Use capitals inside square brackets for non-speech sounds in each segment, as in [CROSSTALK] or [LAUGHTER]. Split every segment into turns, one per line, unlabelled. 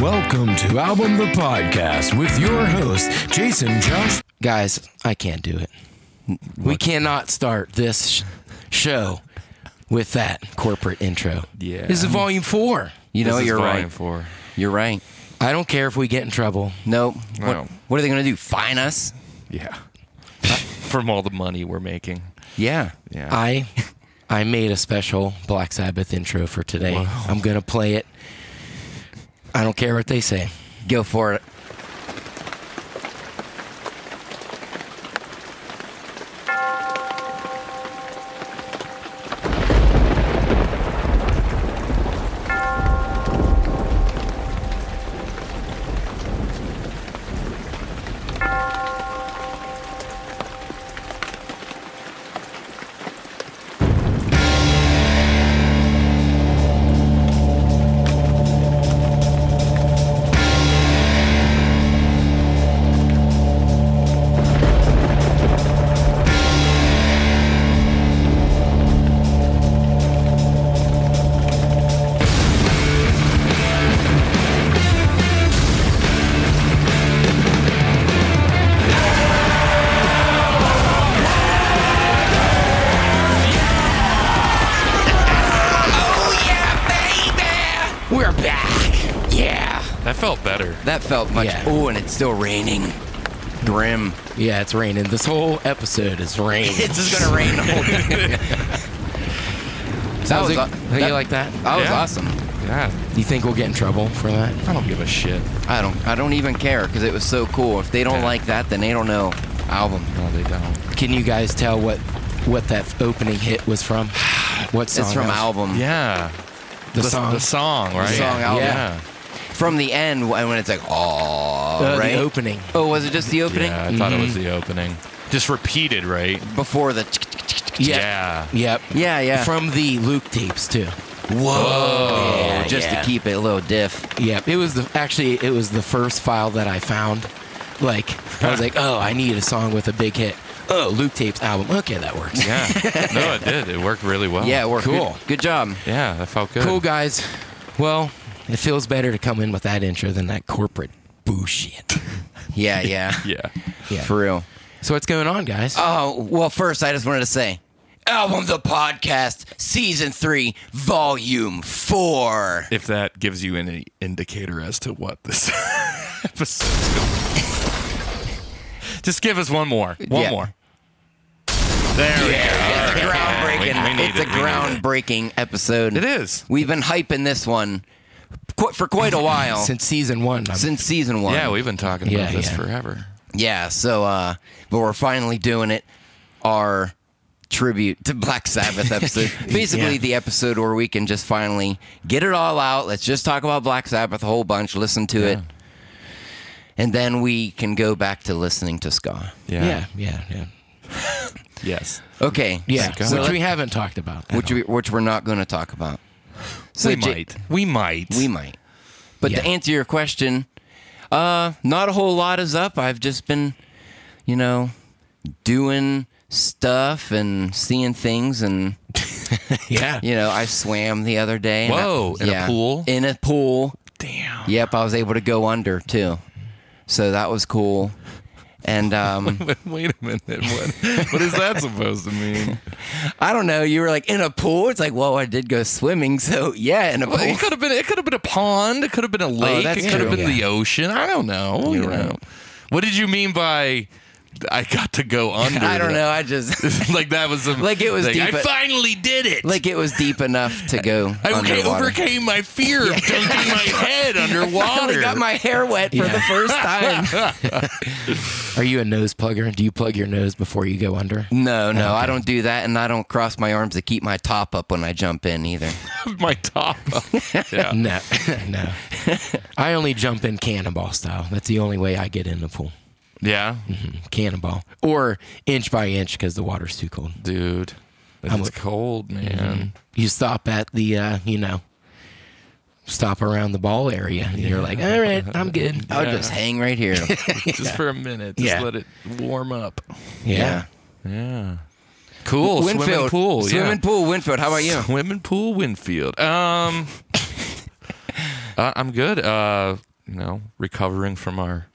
Welcome to Album the Podcast with your host, Jason Josh. Guys, I can't do it. We cannot start this sh- show with that corporate intro.
Yeah.
This is volume four.
You know
This is
you're
volume
right.
Four.
You're right.
I don't care if we get in trouble.
No.
No.
What, what are they going to do? Fine us?
Yeah. From all the money we're making.
Yeah.
Yeah.
I I made a special Black Sabbath intro for today. I'm going to play it. I don't care what they say.
Go for it.
We're back. Yeah.
that felt better.
That felt much.
Yeah.
Oh, and it's still raining. Grim.
Yeah, it's raining. This whole episode is raining.
It's just going to rain the whole [LAUGHS] day.
Sounds
was
like,
aw-
you
that-
like that?
That was
Yeah.
awesome.
Yeah.
You think we'll get in trouble for that?
I don't give a shit.
I don't. I don't even care because it was so cool. If they don't
Yeah.
like that, then they don't know album.
No, they don't.
Can you guys tell what what that opening hit was from? What song?
It's from
that was-
album.
Yeah.
The song.
The song, right?
song
yeah.
album.
Yeah.
From the end wh- when it's like, oh,
Uh,
right.
The opening.
Oh, was it just the opening Mm-hmm.
Yeah, I thought it was the opening. Just repeated, right?
before the?
Yeah.
Yep.
Yeah, yeah.
From the Luke tapes too.
Whoa.
Yeah,
just
yeah.
to keep it a little diff.
Yep. It was the actually it was the first file that I found. Like I was like, oh, I need a song with a big hit. Oh, Luke tapes album. Okay, that works.
Yeah.
[LAUGHS]
no, it did. It worked really well.
Yeah, it worked. Good-
cool.
Good, job.
Yeah, that felt good.
Cool guys. Well, it feels better to come in with that intro than that corporate bullshit.
Yeah, [LAUGHS] yeah.
Yeah.
Yeah.
For real.
So what's going on, guys?
Oh, well, first, I just wanted to say Album the Podcast, Season 3, Volume 4.
If that gives you any indicator as to what this [LAUGHS] episode Just give us one more. One
Yeah.
more. There
It's a
we go. All right.
groundbreaking,
We- we need
it's
it.
a
We need it.
groundbreaking episode.
It is.
We've been hyping this one qu- for quite a while. [LAUGHS] since,
Since season one. I'm-
Season 1.
Yeah, we've been talking about
Yeah,
this
yeah.
forever.
Yeah, so, uh, but we're finally doing it. Our tribute to Black Sabbath episode. Basically,
Yeah.
the episode where we can just finally get it all out. Let's just talk about Black Sabbath a whole bunch, listen to it, and then we can go back to listening to ska.
yeah, uh, yeah, yeah.
Yes.
Okay.
Yeah,
Thank
which
God.
we haven't talked about. at
Which we, which we're not going to talk about. So
we
Ja-
might. We might.
We might. But
Yeah.
to answer your question, uh, not a whole lot is up. I've just been, you know, doing stuff and seeing things and
all. [LAUGHS] yeah.
You know, I swam the other day. and I-
Whoa, in a pool?
In a pool.
Damn. [LAUGHS]
Yep, I was able to go under too. So that was cool. And
[LAUGHS]
um,
But wait a minute. [LAUGHS] What, what is that supposed to [LAUGHS] mean?
I don't know, you were like in a pool. It's like, well, I did go swimming, so yeah, in a pool.
It could have been. It could have been a pond. It could have been a lake.
that's
it could have
true.
been the ocean. I don't know. you know. What did you mean by? [LAUGHS] I got to go under.
[LAUGHS] I
the-
don't know. I just
like that was uh, some,
Like it was
I
deep, but-
finally did it.
like it was deep enough to go
[LAUGHS] I okay,
underwater.
overcame my fear [LAUGHS] of dunking my head
I
underwater.
finally got my hair wet for
Yeah.
the first [LAUGHS] time.
Are you a nose plugger? Do you plug your nose before you go under?
No, no, I don't do that, and I don't cross my arms to keep my top up when I jump in either.
[LAUGHS] my top. Up. Yeah.
No, [LAUGHS]
[LAUGHS]
no. I only jump in cannonball style. That's the only way I get in the pool.
Yeah.
Cannonball or inch by inch because the water's too cold.
Dude.
I'm
It's
a-
cold, man.
You stop at the, uh, you know, stop around the ball area. And You're like, all right, I'm
[LAUGHS]
good.
Uh,
I'll just hang right here.
just for a minute. Just
Yeah.
let it warm up.
yeah.
Yeah. Cool.
Winfield
Swimming pool.
Swimming
yeah.
pool. Winfield. How about you?
[LAUGHS] Swimming pool. Winfield. Um, uh, I'm good. Uh, you know, recovering from our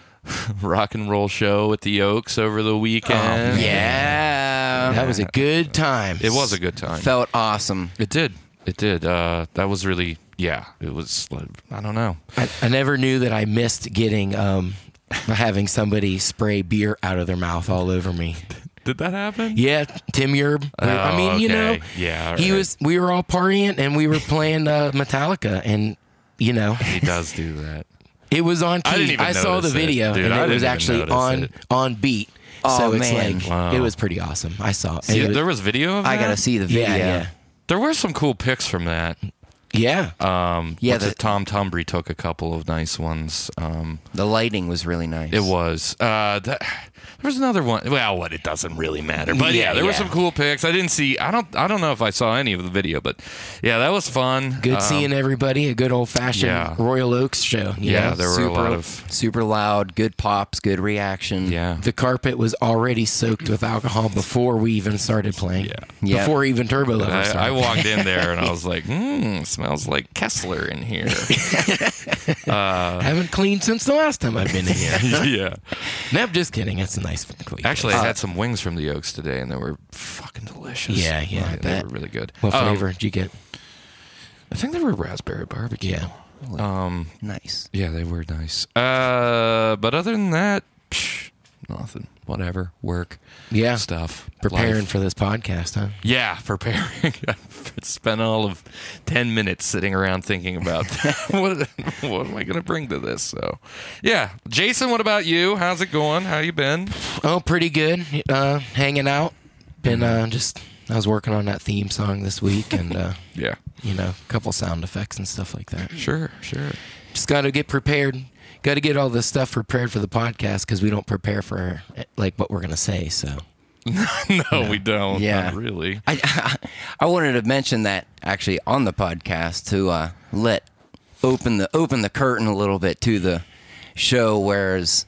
[LAUGHS] rock and roll show at the Oaks over the weekend.
Oh,
Yeah.
That was a good time.
Uh, It was a good time.
Felt awesome.
It did. It did. Uh, that was really, yeah. It was, like, I don't know.
I, I never knew that I missed getting um, having somebody spray beer out of their mouth all over me.
Did that happen?
Yeah, Tim Yerb. I
Oh,
mean, you know,
okay. Yeah, all
he
right.
was. We were all partying and we were playing uh, Metallica, and you know,
He does do that.
it was on. Key.
I didn't even
saw the
notice it,
video,
dude.
and
I
it
didn't
was
even
actually
notice
on
it.
on beat. so
Oh,
it's
man.
like
Wow.
it was pretty awesome. I saw. It.
Yeah,
It was-
there was video of
I
that?
gotta see the video.
yeah, yeah,
There were some cool pics from that.
yeah.
Um,
Yeah,
what's
the-
it, Tom Tumbry took a couple of nice ones. Um,
The lighting was really nice.
It was. Uh, that, there was another one. Well, what it doesn't really matter. But yeah,
Yeah,
there were
yeah.
some cool pics. I didn't see. I don't. I don't know if I saw any of the video, but yeah, that was fun.
good
Um,
seeing everybody. A good old fashioned
yeah.
Royal Oaks show. you
Yeah,
know?
there were a
super,
lot of.
super loud, good pops, good reaction.
Yeah.
The carpet was already soaked with alcohol before we even started playing.
Yeah.
Yeah.
Before even Turbo Lover started.
I, I walked in there and
[LAUGHS]
I was like, hmm, smells like Kessler in here.
haven't cleaned since the last time I've been
[LAUGHS]
in here.
yeah.
no, I'm just kidding. It's a nice clean.
Actually, I had some wings from the Oaks today and they were fucking delicious.
Yeah, yeah, I
They
bet.
were really good.
what
Um,
flavor did you get?
I think they were raspberry barbecue. Um,
Yeah.
Nice.
Yeah, they were nice. Uh, but other than that, psh, nothing. Whatever. Work.
Yeah.
Stuff.
Preparing
Life.
for this podcast, huh?
Yeah, [LAUGHS] preparing. I spent all of ten minutes sitting around thinking about [LAUGHS] what what am I going to bring to this. So, yeah, Jason, what about you? How's it going? How you been?
Oh, pretty good. Uh, hanging out. Been
Mm-hmm.
uh, just. I was working on that theme song this week, and uh, [LAUGHS]
Yeah,
you know, a couple sound effects and stuff like that.
sure, sure.
Just got to get prepared. Got to get all this stuff prepared for the podcast because we don't prepare for eh, like what we're gonna say. So
[LAUGHS] No, we don't.
Yeah.
Not really.
I, I wanted to mention that actually on the podcast to uh, let open the open the curtain a little bit to the show, whereas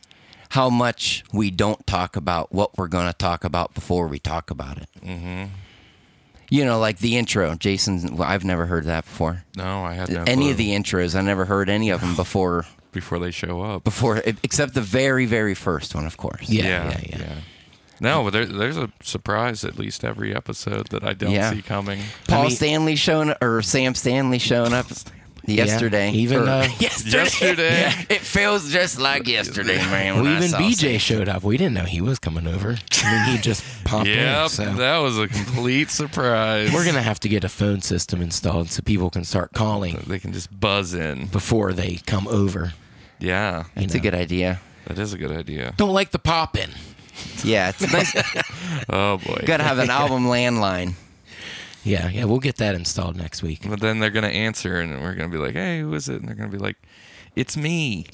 how much we don't talk about what we're going to talk about before we talk about it. Mm-hmm. You know, like the intro, Jason. well, I've never heard that before.
No, I had no
any
clue
of the intros, I never heard any of them before.
before they show up.
Before, e, except the very, very first one, of course.
yeah,
yeah,
yeah, yeah.
No, but there, there's a surprise at least every episode that I don't
Yeah.
see coming.
Paul
I mean-
Stanley showing or Sam Stanley showing up yesterday.
[LAUGHS] Yeah, even,
or-
uh,
[LAUGHS] yesterday.
Yesterday.
Yeah, [LAUGHS] it feels just like yesterday, man.
Well,
when I
even
saw
BJ
Sam.
showed up. We didn't know he was coming over. I mean, he
[LAUGHS]
just popped
Yep,
in. So
that was a complete surprise.
we're gonna have to get a phone system installed so people can start calling
They can just buzz in.
before they come over.
Yeah,
That's a good idea.
that is a good idea.
Don't like the popping.
Yeah, it's [LAUGHS] nice.
Oh boy.
Got to have an album landline.
Yeah, yeah. We'll get that installed next week.
But then they're gonna answer, and we're gonna be like, "Hey, who is it?" And they're gonna be like, "It's me."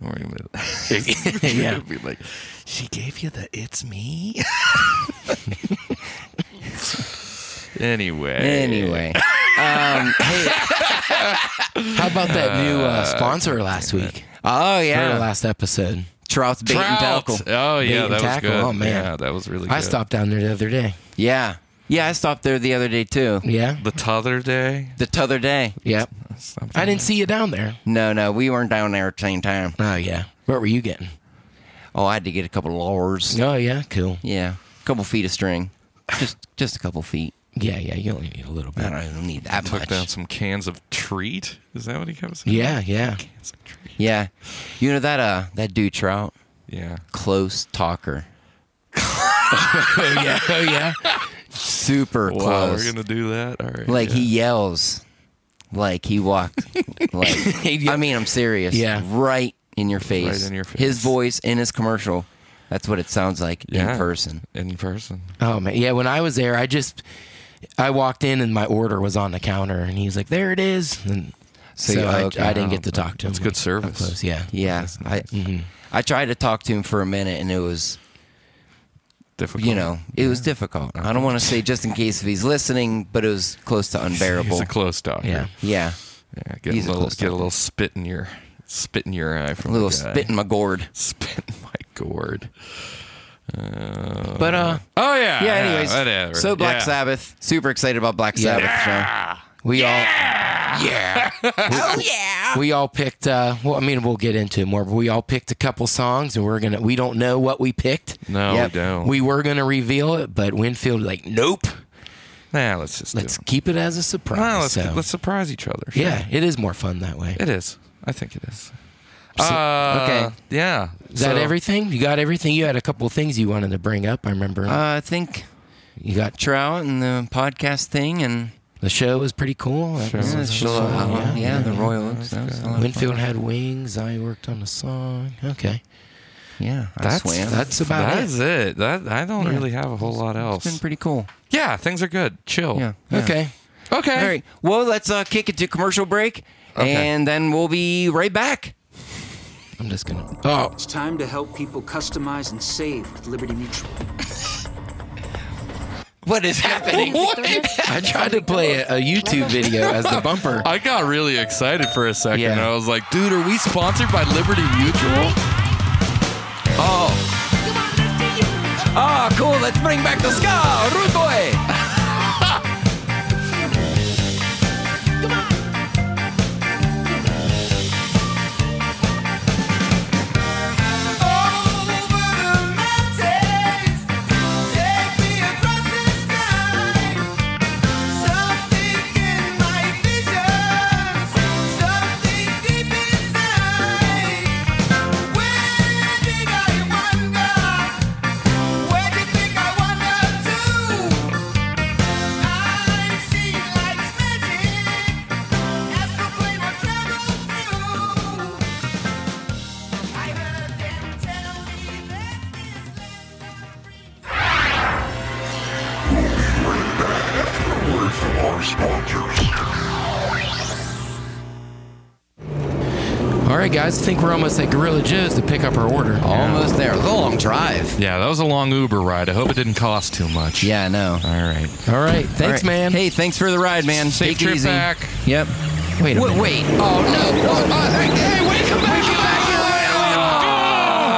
And we're gonna be like, [LAUGHS] we're
[LAUGHS] Yeah.
gonna be like, "She gave you the it's me." anyway.
[LAUGHS] Anyway, um, hey,
How about that new uh, sponsor last week?
oh
Our
yeah,
last episode.
Trout's bait and
Trout.
tackle.
Oh
Bait
yeah,
and
that was
tackle.
good.
Oh, man.
Yeah, that was really. good.
I stopped down there the other day.
Yeah, yeah. I stopped there the other day too.
Yeah,
the t'other day.
The t'other day.
yeah.
Something.
I didn't see you down there.
No, no, we weren't down there at the same time.
Oh yeah. What were you getting?
Oh, I had to get a couple of lures.
Oh yeah, cool.
Yeah, a couple feet of string. Just, just a couple feet.
Yeah, yeah. You only need a little
I
bit.
don't need that
took
much.
down some cans of treat. Is that what he kept saying?
Yeah, yeah.
Cans of treat.
Yeah, you know that uh that dude Trout,
Yeah.
close talker,
[LAUGHS]
Oh yeah. Oh yeah.
super
Wow,
close.
we're gonna do that. All right.
like
yeah.
he yells, like he walked.
[LAUGHS]
like I mean, I'm serious.
Yeah.
right in your face.
in your face.
His voice in his commercial. That's what it sounds like
Yeah.
in person.
in person.
Oh man, yeah. When I was there, I just I walked in and my order was on the counter, and he was like, "There it is." And so,
you-
I,
okay.
I didn't get to talk to him.
That's good service.
Close, yeah.
Yeah, I
Mm-hmm.
I tried to talk to him for a minute, and it was
Difficult.
you know it was difficult. I don't want to say just in case if he's listening, but it was close
[LAUGHS]
to
he's
unbearable.
a close doctor.
Yeah.
yeah,
Yeah, get
He's
a
a
little
close
get a
doctor.
little spit in your spit in your eye from
a little
the guy.
spit in my gourd.
[LAUGHS] spit in my gourd. Uh,
But uh,
oh yeah,
yeah, anyways.
whatever.
So Black
Yeah.
Sabbath, super excited about Black Sabbath. so
Ah,
we yeah. oh yeah. We all picked. Uh, well, I mean, we'll get into it more, but we all picked a couple songs, and we're gonna. We don't know what we picked.
No,
Yep.
we don't.
We were gonna reveal it, but Winfield like, nope.
nah, let's just
Let's
do it.
keep it as a surprise.
Nah, let's,
so-
let's surprise each other. Sure.
yeah, it is more fun that way.
It is. I think it is.
So-
Uh,
okay.
Yeah.
Is that
So-
everything? You got everything? You had a couple things you wanted to bring up. I remember.
Uh, I think
you got
Trout and the podcast thing and
the show was pretty cool. That was-
yeah, Uh-huh.
was
Shiloh
fun,
Owl.
yeah.
yeah, the Royal Oaks. That was a lot of fun.
Winfield had wings. I worked on a song. Okay,
Yeah, I
That's-
swam.
that's about
That
it.
is it. That I don't
Yeah.
really have a whole lot
it's been
else.
pretty cool.
yeah, things are good. Chill.
Yeah.
Okay.
Okay.
All right. Well, let's uh, kick it to commercial break,
Okay.
and then we'll be right back.
I'm just gonna. Oh,
It's time to help people customize and save with Liberty Mutual.
What is [LAUGHS] happening?
[LAUGHS] I tried to play a, a YouTube video as the [LAUGHS] bumper.
I got really excited for a second.
Yeah.
and I was like, dude, are we sponsored by Liberty Mutual? Oh,
Ah, cool. Let's bring back the ska, rude boy.
I heard them tell me that this land never free.
All right, guys, I think we're almost at Gorilla Joe's to pick up our order.
Almost there. The long drive.
yeah, that was a long Uber ride. I hope it didn't cost too much.
Yeah, I know.
All right.
All right,
All
thanks,
right.
man.
Hey, thanks for the ride, man.
Safe
Take
trip
it easy.
back.
Yep.
wait a
Wait,
minute.
wait. Oh no. Oh, oh, hey, hey, wait, come back, come back.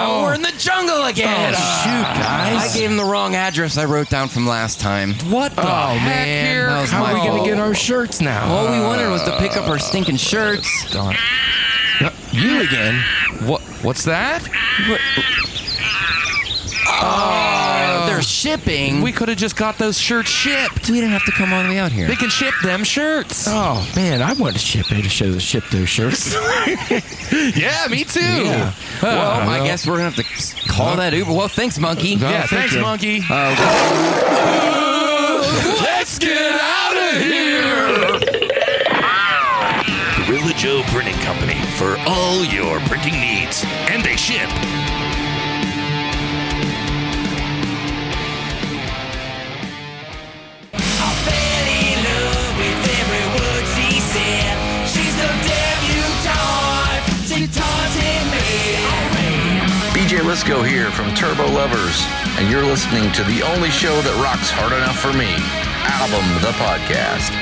Oh, we're in the jungle again.
Oh, shoot, guys.
I gave him the wrong address I wrote down from last time.
What the
Oh
heck
man,
here?
That was
how are we
my
gonna
fault.
get our shirts now?
All we wanted was to pick up our stinking shirts.
you again?
What? What's that?
They're shipping.
We could have just got those shirts shipped.
we didn't have to come all the way out here.
They can ship them shirts.
Oh man, I want to ship it to show ship those shirts.
yeah, me too.
Yeah.
well, I
well.
guess we're gonna have to call that Uber. Well, thanks, monkey.
Yeah,
thank
thanks,
you.
monkey. Let's get out of here.
Gorilla Joe Printing Company for all your printing needs. And they ship.
BJ Lisco here from Turbo Lovers, and you're listening to the only show that rocks hard enough for me, Album the Podcast.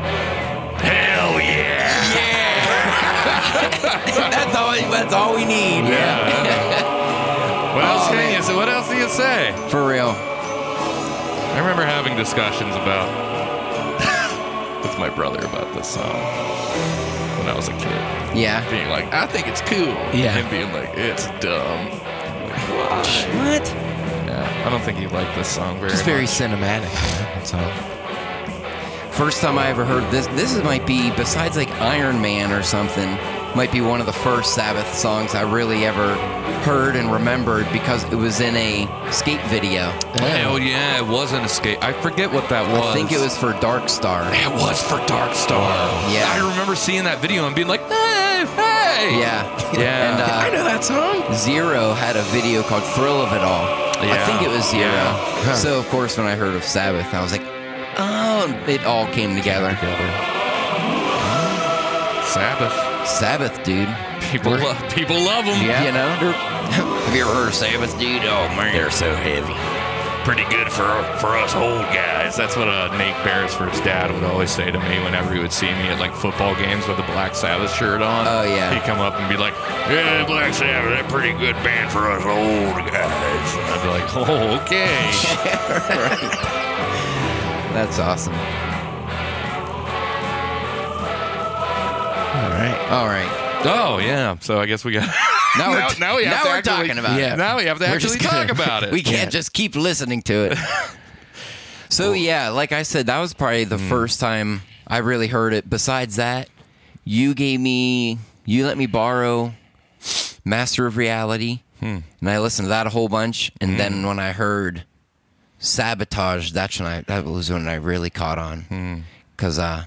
Hell yeah!
That's all. That's all we need.
What else can you say? What else do you say?
For real.
I remember having discussions about [LAUGHS] with my brother about this song when I was a kid,
Yeah.
being like, "I think it's cool,"
Yeah.
and being like, "It's dumb." Like, why?
What?
Yeah, I don't think he liked this song very
It's very
much.
cinematic. [SIGHS] That's all.
First time I ever heard this. This is- might be besides like Iron Man or something. Might be one of the first Sabbath songs I really ever heard and remembered because it was in a skate video.
Hell yeah, it was an escape. I forget what that was.
I think it was for Dark Star.
It was for Dark Star.
Yeah.
I remember seeing that video and being like, "Hey, hey!"
Yeah.
Yeah.
And, uh,
I know that song.
Zero had a video called Thrill of It All.
Yeah.
I think it was Zero.
Yeah.
So, of course, when I heard of Sabbath, I was like, oh, it all came together.
Sabbath.
Sabbath, dude.
People,
We're-
lo- people love them.
You know?
Have you ever heard of Sabbath, dude? Oh man,
They're so heavy.
Pretty good for for us old guys. That's what uh, Nate Beresford's dad would always say to me whenever he would see me at like football games with a Black Sabbath shirt on.
Oh, yeah.
He'd come up and be like,
Yeah, Black Sabbath, they're pretty good band for us old guys.
I'd be like, [LAUGHS] oh, okay.
[LAUGHS] That's awesome. All right. All right.
oh yeah. So I guess we got. Now-
Now, we're,
now we have
now
to
we're
actually-
talking about
Yeah.
it.
Now we have to
We're
actually
just
talk
gonna-
about it.
[LAUGHS] We can't just keep
[LAUGHS]
listening to it. so yeah, like I said, that was probably the
hmm.
first time I really heard it. Besides that, you gave me, you let me borrow Master of Reality,
Hmm.
and I listened to that a whole bunch. And then when I heard Sabotage, that's when I that was when I really caught
Hmm.
on because uh,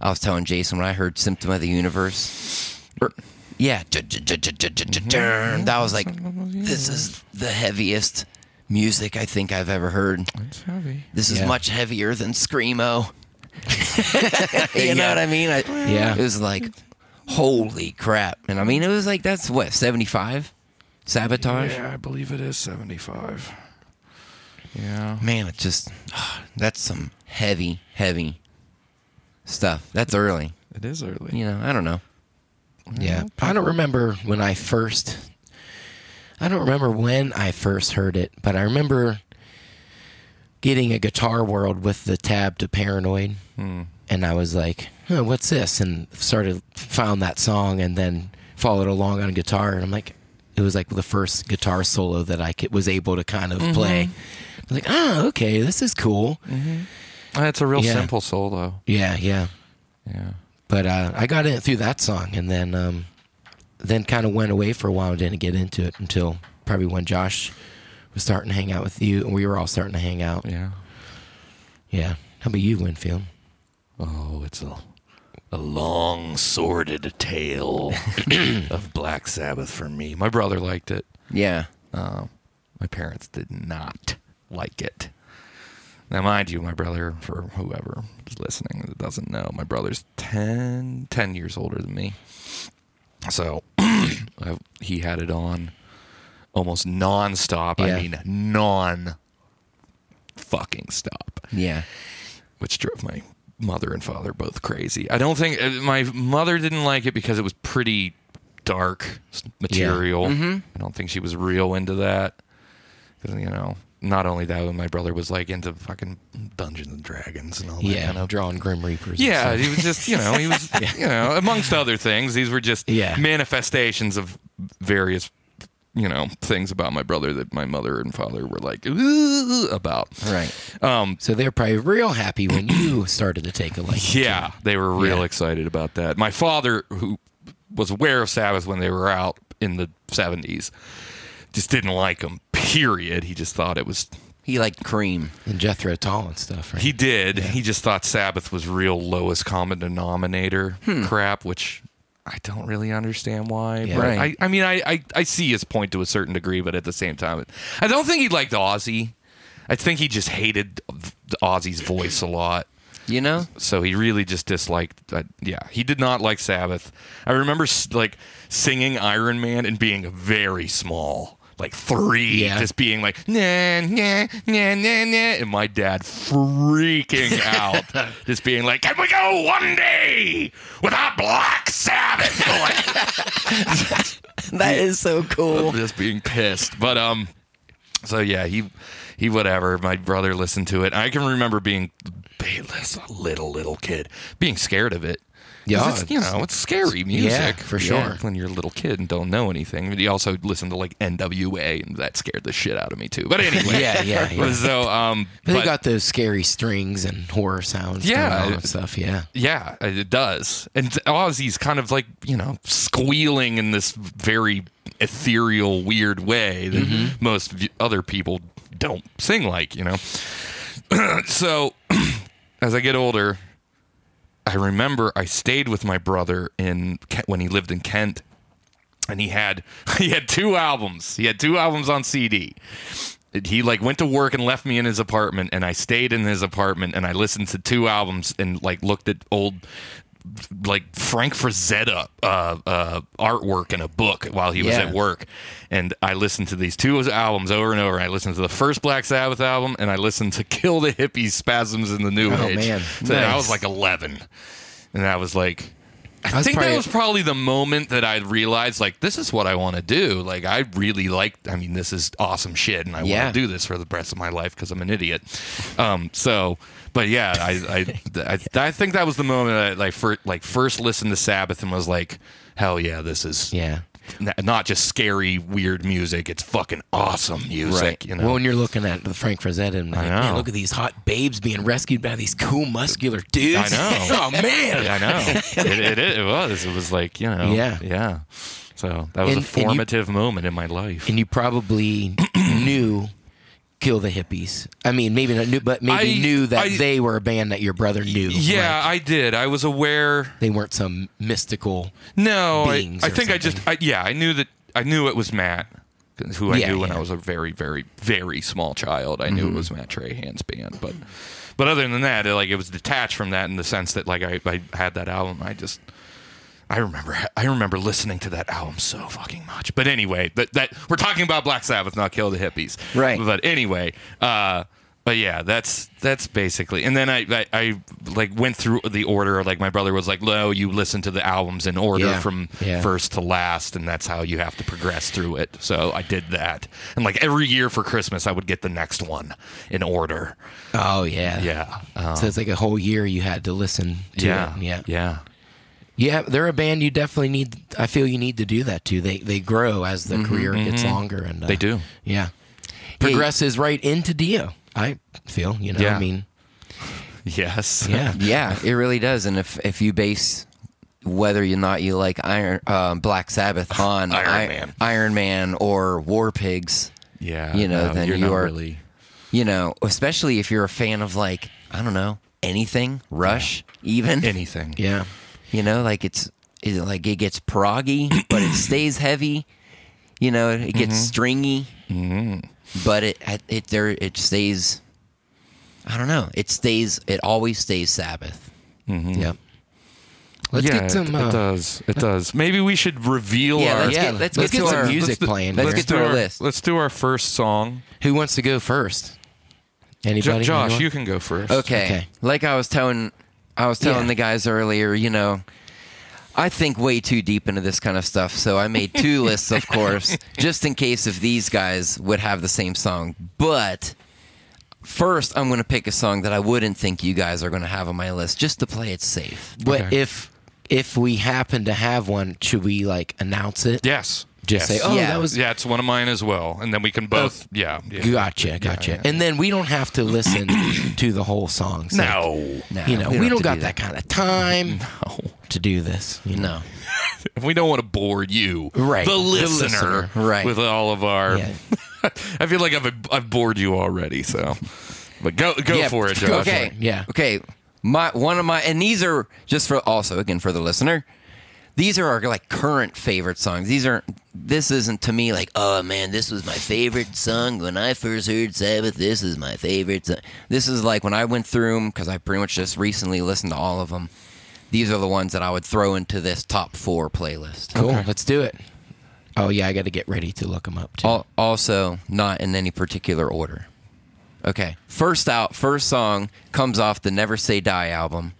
I was telling Jason when I heard Symptom of the Universe. er, or- yeah, ju- ju- ju- ju- ju- ju- ju- turn. that was like this is the heaviest music I think I've ever heard.
It's heavy.
This is
Yeah.
much heavier
[LAUGHS]
than screamo. [LAUGHS] you know what I mean? I,
Yeah.
It was like, holy crap! And I mean, it was like that's what seventy five, sabotage.
Yeah, I believe it is 75. Yeah.
Man, it just [SIGHS] that's some heavy, heavy stuff. That's early.
It is early.
You know, I don't know.
Yeah. I don't remember when I first I don't remember when I first heard it, but I remember getting a guitar world with the tab to paranoid and I was like, huh, what's this? And started found that song and then followed along on guitar and I'm like it was like the first guitar solo that I could, was able to kind of play. I was like, oh, okay, this is cool.
Uh, It's a real
Yeah.
simple solo.
Yeah, yeah.
Yeah.
but uh, I got in through that song, and then um, then kind of went away for a while and didn't get into it until probably when Josh was starting to hang out with you, and we were all starting to hang out. Yeah.
Yeah.
How about you, Winfield?
Oh, it's a, a long, sordid tale of Black Sabbath for me.
My brother liked it.
Yeah.
My parents did not like it. Now, mind you, my brother, for whoever is listening that doesn't know, my brother's 10, 10 years older than me. So [CLEARS THROAT] I- he had it on almost nonstop.
Yeah.
I mean, non fucking stop.
Yeah.
which drove my mother and father both crazy. I don't think uh, my mother didn't like it because it was pretty dark s- material. I don't think she was real into that. 'Cause, you know, not only that, but my brother was like into fucking Dungeons and Dragons and all that kind of.
drawing Grim Reapers. and
Yeah,
stuff.
he was just you know he was you know amongst other things these were just
Yeah.
manifestations of various you know things about my brother that my mother and father were like "Ooh," about
Right.
So they're probably real happy when you started to take a like.
Yeah, they were real
Yeah.
excited about that. My father, who was aware of Sabbath when they were out in the 70s, just didn't like them, period. He just thought it was.
He liked cream.
And Jethro Tull and stuff, right?
He did. He just thought Sabbath was real lowest common denominator crap, which I don't really understand why.
Hmm. Yeah.
But
Right.
I, I mean, I, I, I see his point to a certain degree, but at the same time, I don't think he liked Ozzy. I think he just hated Ozzy's voice a lot.
You know?
so he really just disliked uh, yeah he did not like sabbath i remember s- like singing iron man and being very small like three
Yeah.
just being like nah nah nah nah nah and my dad freaking out just being like can we go one day without black sabbath [LAUGHS] Like,
That is so cool.
just being pissed but um so yeah he he whatever my brother listened to it i can remember being a little little kid being scared of it
Yeah,
'Cause it's, you
it's-
know, it's scary music
for sure.
When you're a little kid and don't know anything, but you also listen to like NWA, and that scared the shit out of me too. But anyway,
[LAUGHS] Yeah, yeah, yeah.
So, um,
But they
but-
got those scary strings and horror sounds. going
Yeah.
on and stuff. Yeah.
yeah, it does. And Ozzy's kind of like you know squealing in this very ethereal, weird way that most v- other people don't sing like. You know, [CLEARS THROAT] so [CLEARS THROAT] as I get older, I remember I stayed with my brother in Ke- when he lived in Kent, and he had [LAUGHS] he had two albums. He had two albums on CD. It- He like went to work and left me in his apartment, and I stayed in his apartment, and I listened to two albums and like looked at old like Frank Frazetta uh, uh, artwork in a book while he was
Yeah.
at work, and I listened to these two albums over and over. I listened to the first Black Sabbath album, and I listened to [LAUGHS] Kill the Hippies, Spasms in the New
Oh,
Age.
man.
So I was
Nice.
like eleven, and I was like. I,
was
think
probably-
that was probably the moment that I realized, like, this is what I want to do. Like, I really like, I mean, this is awesome shit, and I
Yeah.
want to do this for the rest of my life because I'm an idiot. Um, so, but yeah, I,
[LAUGHS]
I, I, I think that was the moment that I like, fir- like first listened to Sabbath and was like, hell yeah, this is
Yeah.
n- not just scary, weird music. It's fucking awesome music, you know?
Well, when you're looking at the Frank Frazetta and like, man,
know.
look at these hot babes being rescued by these cool muscular dudes.
I know.
[LAUGHS] oh man. [LAUGHS]
I know. it, it, it was. It was like, you know.
Yeah.
Yeah. So that was
And-
a
and you-
formative moment in my life.
And you
[CLEARS THROAT]
probably knew Kill the Hippies. I mean, maybe not knew, but maybe
I-
knew that
I-
they were a band that your brother knew.
Yeah,
right?
I did. I was aware.
they weren't some mystical.
No, I,
beings
I
or
think I just. I, yeah, I knew that. I knew it was Matt, 'cause who I
Yeah,
knew when
yeah. Mm-hmm.
I was a very, very, very small child. I knew it was Matt Trahan's band, but but other than that, it, like it was detached from that in the sense that like I, I had that album. I just. I remember I remember listening to that album so fucking much. But anyway, that that we're talking about Black Sabbath, not Kill the Hippies.
Right.
But anyway, uh but yeah, that's that's basically. And then I, I I like went through the order. Like my brother was like, "No, you listen to the albums in order
Yeah.
from
Yeah.
first to last, and that's how you have to progress through it." So I did that. And like every year for Christmas, I would get the next one in order.
Oh yeah.
Yeah. Um,
so it's like a whole year you had to listen to.
yeah,
them. yeah.
yeah.
Yeah, they're a band you definitely need. I feel you need to do that too. They they grow as the career gets longer, and uh,
Mm-hmm, They do.
Yeah, progresses right into Dio. I feel you know.
Yeah.
I mean,
Yes.
[LAUGHS]
yeah,
Yeah, it really does. And if if you base whether or not you like Iron uh, Black Sabbath on
Iron
I-
Man.
Iron Man or War Pigs,
[LAUGHS] Yeah. Um,
You know, then
you're
you
not
are-
really.
you know, especially if you're a fan of like I don't know anything, Rush, even
anything.
yeah.
you know, like it's it, like it gets proggy, but it stays heavy. You know, it gets
Mm-hmm.
stringy, but it it- it there it stays. I don't know. It stays. It always stays Sabbath.
Yep. Let's
yeah,
get some.
It,
uh,
it does. It does. Maybe we should reveal
Yeah,
our.
let's
yeah,
get let's,
let's
get,
get
to
some
our,
music
let's do-
playing
Let's
here.
get to our list.
Let's do our first song.
who wants to go first?
Jo-
Anybody?
Josh,
Anyone?
you can go first.
Okay.
Okay.
Like I was telling I was telling
Yeah.
the guys earlier, you know, I think way too deep into this kind of stuff, so I made
[LAUGHS]
two lists, of course, just in case if these guys would have the same song. But first, I'm going to pick a song that I wouldn't think you guys are going to have on my list, just to play it safe.
But
Okay.
if if we happen to have one, should we like announce it?
Yes.
Just
yes.
say, oh,
Yeah.
that was Oh.
Yeah, it's one of mine as well, and then we can both. yeah. yeah.
Gotcha, gotcha.
yeah.
And then we don't have to listen [COUGHS] to the whole song. So,
No,
No,
you know, we don't,
have to
got
do
that. kind of time to do this. You know?
No.
we don't want to bore you,
Right.
The
The
listener,
listener.
Right.
With all of our, [LAUGHS]
Yeah.
I feel like I've I've bored you already. So, but go go
Yeah,
for it,
go
Josh.
Okay.
it. Yeah.
Okay. My one of my and these are just for also again for the listener. These are our like current favorite songs. These aren't. This isn't to me like oh man, this was my favorite song when I first heard Sabbath. This is my favorite. Song. This is like when I went through them because I pretty much just recently listened to all of them. These are the ones that I would throw into this top four playlist.
Cool. Let's do it. Oh yeah, I got to get ready to look them up too.
Al- also, not in any particular order. Okay. First out, first song comes off the Never Say Die album,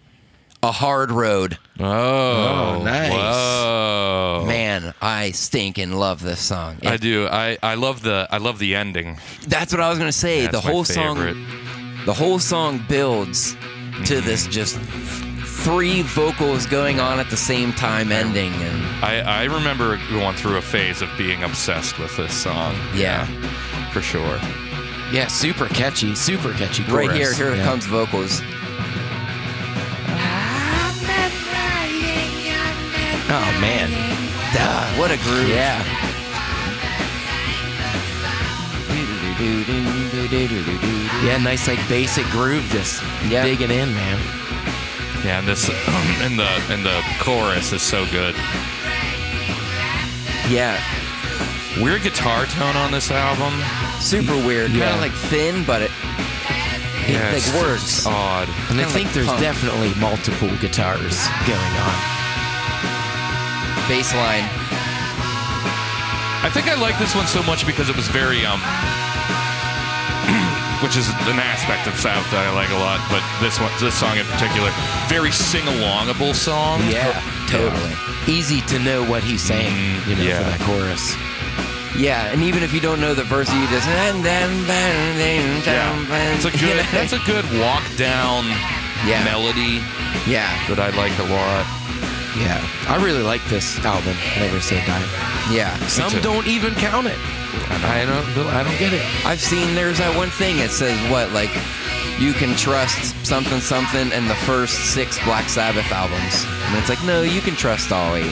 A Hard Road.
Oh,
Oh, nice.
Whoa.
Man, I stink and love this song.
I
It-
do. I, I love the I love the ending.
that's what I was gonna say.
That's
the
my
whole song,
favorite.
the whole song builds to this just three vocals going on at the same time ending, and
I, I remember going through a phase of being obsessed with this song.
Yeah.
for sure.
yeah, super catchy, super catchy. Chorus.
right here, here
yeah.
it comes vocals.
Oh man,
Duh, what a groove!
yeah, yeah, nice like basic groove. Just
Yeah.
digging in, man.
Yeah, and this [CLEARS THROAT] and the and the chorus is so good.
yeah.
Weird guitar tone on this album.
Super weird, kind
Yeah.
of like thin, but it It,
it's
like
just
words.
Odd.
And I
Kinda
think
like
there's
punk.
definitely multiple guitars going on.
Bass line.
I think I like this one so much because it was very um, [CLEARS THROAT] which is an aspect of South that I like a lot, but this one, this song in particular, very sing-alongable song.
Yeah,
Totally.
Easy to know what he's saying, you know,
yeah.
for that chorus.
Yeah, and even if you don't know the verse, you just. And then, then, then,
Yeah,
then,
it's a
[LAUGHS] you
good.
[LAUGHS]
know?
That's a good walk down
Yeah.
melody
yeah,
that I like a lot.
Yeah. I really like this album, Never Say Die.
yeah.
Some
too.
don't even count it. I don't I don't get it.
I've seen there's that one thing it says what like you can trust something something in the first six Black Sabbath albums, and it's like no, you can trust all eight.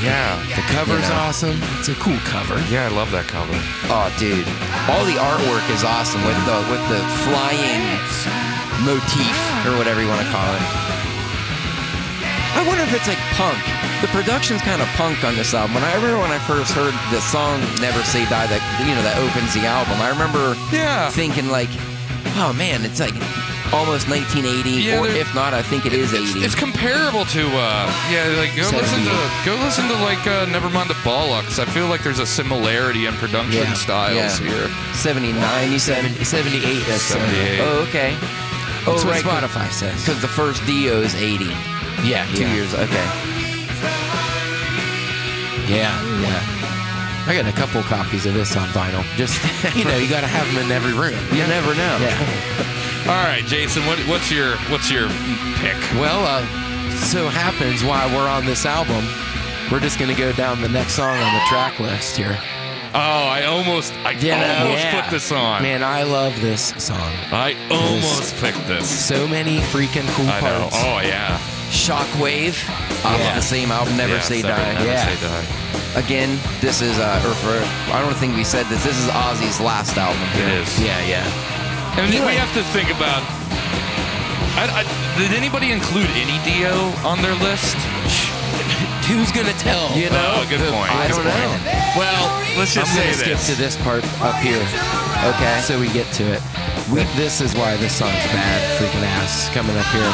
Yeah,
The cover's
Yeah.
awesome. It's a cool cover.
yeah, I love that cover.
Oh, dude, all the artwork is awesome with the with the flying motif or whatever you want to call it. I wonder if it's like punk. The production's kind of punk on this album. When I remember when I first heard the song "Never Say Die," that you know that opens the album, I remember
Yeah.
thinking like, oh man, it's like almost 1980,
Yeah,
or
there-
if not, I think it is 80.
It's comparable to uh, yeah, like go listen to go listen to like uh, Nevermind the Bollocks. I feel like there's a similarity in production
Yeah,
styles
yeah.
here.
79, you said?
78, that's 78.
78.
Oh, okay.
That's
oh,
what
right.
Spotify says.
Because the first Dio is 80.
Yeah,
Two
yeah.
years. Okay.
Yeah, yeah. I got a couple copies of this on vinyl. Just, you know, you got to have them in every room.
You never know.
Yeah.
All right, Jason, what, what's your what's your pick?
Well, uh, so happens while we're on this album, we're just going to go down the next song on the track list here.
Oh, I almost I
Yeah,
almost
yeah.
put Oh, this on.
Man, I love this song.
I almost picked this.
So many freaking cool
I know.
parts.
Oh yeah.
Shockwave off
Yeah.
of the same album, Never
Yeah,
Say
Severed,
Die.
Never
Yeah.
Say Die.
Again, this is, uh, or for, I don't think we said this, this is Ozzy's last album.
It
here.
is.
Yeah, yeah.
And
You
we
know-
have to think about. I, I, did anybody include any Dio on their list?
Who's going to tell?
You know,
oh, good point.
I don't know.
[LAUGHS] Well, let's
I'm
just
going
say
to skip
this.
to this part up here
Okay.
so we get to it. We, this is why this song's bad. Freaking ass coming up here.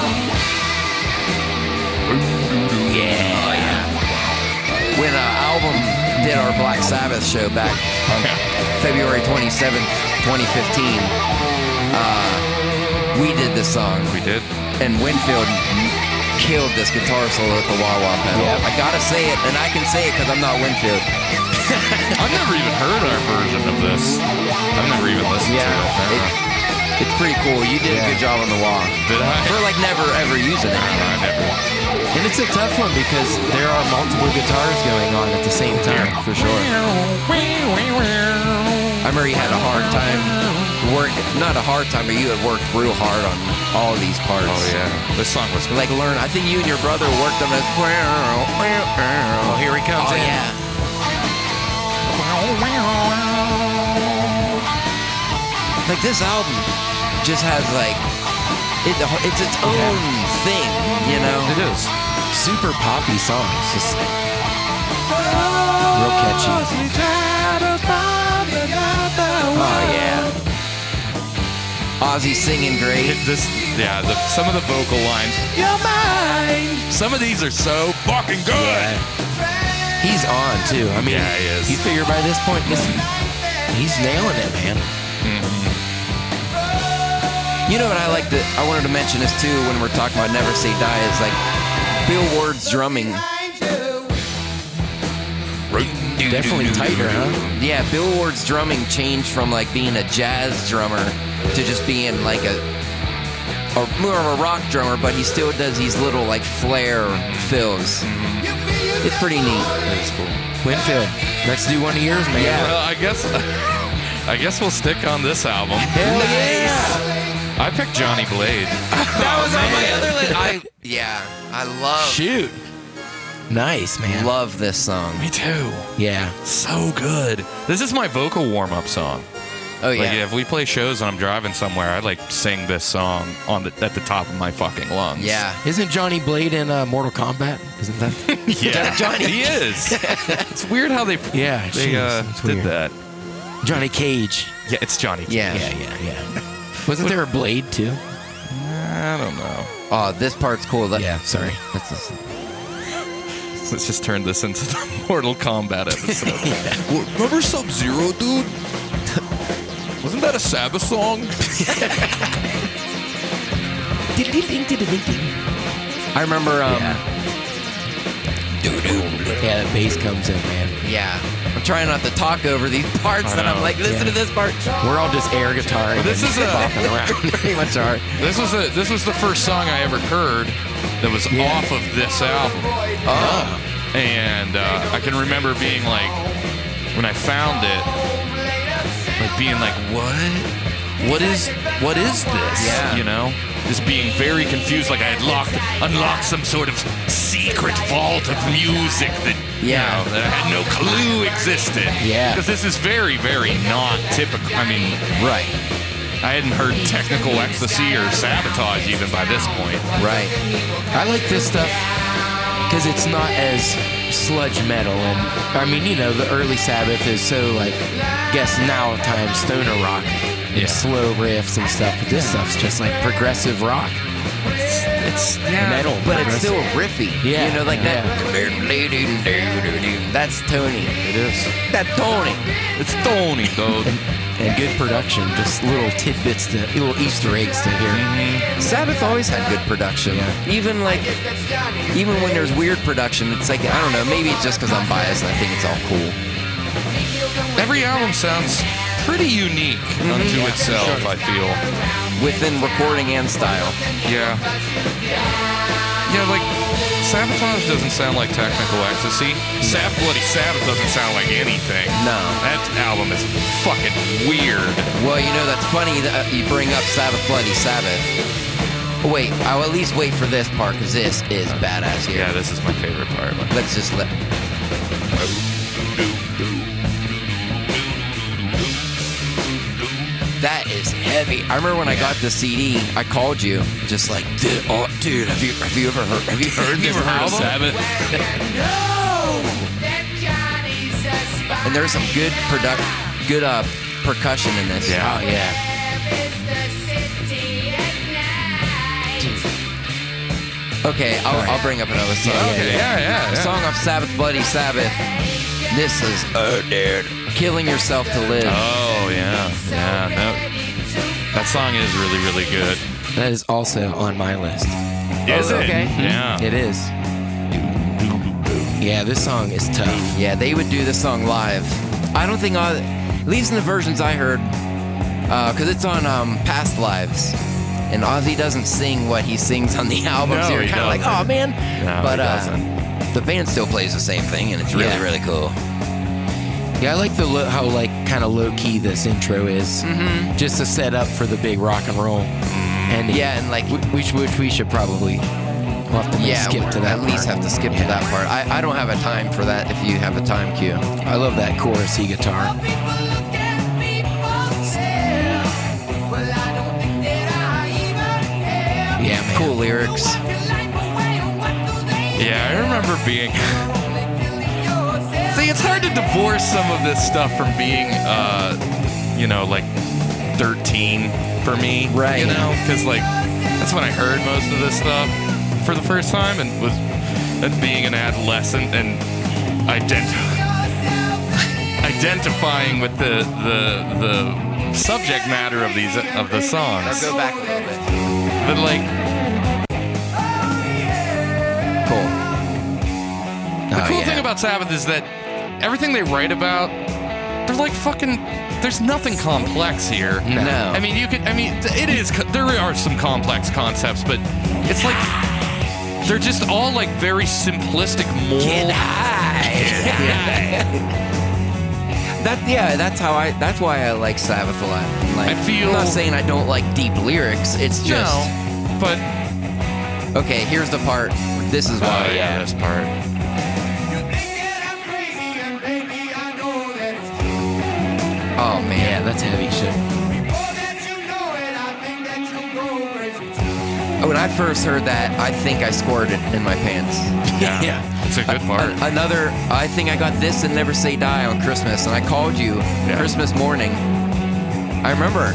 when uh, Album did our Black Sabbath show back on February 27th, 2015, uh, we did this song.
we did.
And Winfield killed this guitar solo at the wah wah pedal.
Yeah.
I gotta say it, and I can say it because I'm not Winfield.
I've never even heard our version of this. I've never even listened to it.
It- it's pretty cool. You did a good job on the wah.
Did I?
For like never ever using it.
I never.
And it's a tough one because there are multiple guitars going on at the same time, for sure.
I remember you had a hard time work not a hard time, but you had worked real hard on all these parts.
Oh yeah. This song was.
Like learn I think you and your brother worked on this.
Oh,
Oh
here he comes in.
yeah. Like this album just has like it, it's its own thing, you know?
It is. Super poppy songs. Just real catchy.
Oh yeah. Ozzy singing great.
It, this, yeah, the, some of the vocal lines. Some of these are so fucking good.
He's on too. I mean,
Yeah, he is.
you figure by this point, this, he's nailing it, man.
You know what I like that I wanted to mention this too when we're talking about Never Say Die is like Bill Ward's drumming.
Definitely tighter, huh?
Yeah, Bill Ward's drumming changed from like being a jazz drummer to just being like a or more of a rock drummer, but he still does these little like flare fills. It's pretty neat.
Winfield, let's do one of yours, man.
Well, I guess. [LAUGHS] I guess we'll stick on this album.
Hell yeah.
I picked Johnny Blade.
That was on my other list. [LAUGHS] I yeah, I love
Shoot. Nice, man.
love this song.
Me too.
Yeah.
So good. This is my vocal warm-up song.
Oh
Like
yeah.
if we play shows and I'm driving somewhere, I like sing this song on the at the top of my fucking lungs.
Yeah.
Isn't Johnny Blade in uh, Mortal Kombat? Isn't that?
[LAUGHS] yeah.
Johnny.
He is.
[LAUGHS]
it's weird how they
Yeah,
they
jeez,
uh,
it's
did
weird.
that.
Johnny Cage.
Yeah, it's Johnny. [LAUGHS]
Yeah.
yeah, yeah. Wasn't there a blade too?
I don't know.
Oh, this part's cool. Let-
Yeah, sorry.
Let's just-
Let's just turn this into the [LAUGHS] Mortal Kombat
[LAUGHS]
episode.
Well, remember Sub Zero,
[LAUGHS]
dude? Wasn't that a Sabbath song?
I remember. Um,
Yeah, that bass comes in, man.
Yeah. I'm trying not to talk over these parts,
I
and I'm
know.
like, listen
Yeah.
to this part.
We're all just air guitar.
This is a
[LAUGHS] Pretty much are.
this was a this was the first song I ever heard that was off of this album.
Oh.
And uh, I can remember being like when I found it, like being like, what? What is what is this?
Yeah.
You know, just being very confused, like I had locked unlocked some sort of secret vault of music that you
Yeah.
know, that I had no clue existed.
Yeah.
Because this is very very not typical. I mean,
Right.
I hadn't heard technical ecstasy or sabotage even by this point.
Right.
I like this stuff because it's not as sludge metal, and I mean, you know, the early Sabbath is so like, guess now time stoner rock and
Yeah.
slow riffs and stuff. But this stuff's just like progressive rock. It's, metal,
But it's still riffy.
Yeah.
You know, like
Yeah.
that. That's Tony.
it is,
That's Tony.
It's Tony, though.
and good production. Just little tidbits, to, little Easter eggs to hear.
Sabbath always had good production. Even like, even when there's weird production, it's like, I don't know, maybe it's just because I'm biased and I think it's all cool.
Every album sounds pretty unique unto itself, I feel.
Within recording and style.
Yeah. Yeah, like, Sabotage doesn't sound like Technical Ecstasy. Sab Bloody Sabbath doesn't sound like anything.
No.
That album is fucking weird.
Well, you know, that's funny that uh, you bring up Sabbath Bloody Sabbath. Wait, I'll at least wait for this part because this is badass here.
Yeah, this is my favorite part.
Let's just let. That is heavy. I remember when I got the CD, I called you, just like, dude, oh, dude, have you have you ever heard have you heard this album?
Sabbath?
And there's some good product, good uh, percussion in this.
Yeah.
Oh, yeah. Okay, I'll, I'll bring up another song.
Yeah, yeah, yeah.
A song off Sabbath Bloody Sabbath. This is oh dude, killing yourself to live.
Oh, yeah. Yeah, no. That song is really, really good.
That is also on my list.
Is it?
okay.
Yeah.
It is. Uh-huh. Yeah, this song is tough.
Yeah, they would do this song live. I don't think I, at least in the versions I heard, because it's on um, Past Lives, and Ozzy doesn't sing what he sings on the [LAUGHS] album.
No,
so you're
he
kind of like,
doesn't.
oh man.
No,
but
he
Uh, the band still plays the same thing, and it's really
Yeah.
really cool.
Yeah, I like the lo- how like kind of low key this intro is, mm-hmm. just to set up for the big rock and roll. And
Yeah, and like
w- which which we should probably we'll have to maybe
yeah,
skip to that.
at least
part.
have to skip to that part. I, I don't have a time for that. If you have a time cue,
I love that chorusy guitar. Yeah, man.
cool lyrics.
Yeah, I remember being. See, it's hard to divorce some of this stuff from being, uh, you know, like 13 for me.
Right.
You know, because, like, that's when I heard most of this stuff for the first time and was and being an adolescent and ident- [LAUGHS] identifying with the, the, the subject matter of these of the songs.
Go back a little bit.
But, like,
Cool.
The
Oh,
cool
yeah.
thing about Sabbath is that everything they write about, they're like fucking. There's nothing complex here.
No.
I mean, you could. I mean, th- it is. co- There are some complex concepts, but it's like they're just all like very simplistic moral.
That yeah, that's how I. That's why I like Sabbath a lot. Like,
I feel-
am not saying I don't like deep lyrics. It's just
no, but
okay. Here's the part. This is
oh
why.
yeah, this part.
Oh
Yeah,
man.
that's heavy shit.
When I first heard that, I think I squirted in my pants.
[LAUGHS] Yeah, it's a good part.
An- another. I think I got this and Never Say Die on Christmas, and I called you
Yeah.
Christmas morning. I remember. I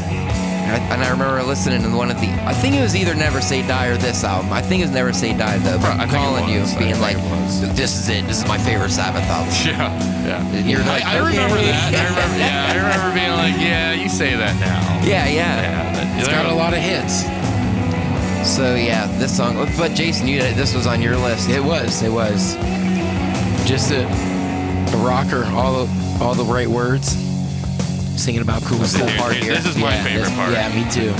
I, and I remember listening to one of the. I think it was either Never Say Die or this album. I think it was Never Say Die though.
I
But I'm
think it
calling you,
was.
and
I
being
think
like,
it was.
"This is it. This is my favorite Sabbath album."
[LAUGHS] Yeah, yeah.
And you're like,
I, I remember that. I remember, yeah, I
[LAUGHS]
remember being like, yeah, you say that now.
Yeah, yeah.
Yeah, but
It's got a lot of hits.
So yeah, this song. But Jason, you this was on your list.
It was. It was. Just a, a rocker. All the all the right words. Singing about cool cool
dude,
part
dude,
here.
this is my
Yeah,
favorite part.
Yeah, me too.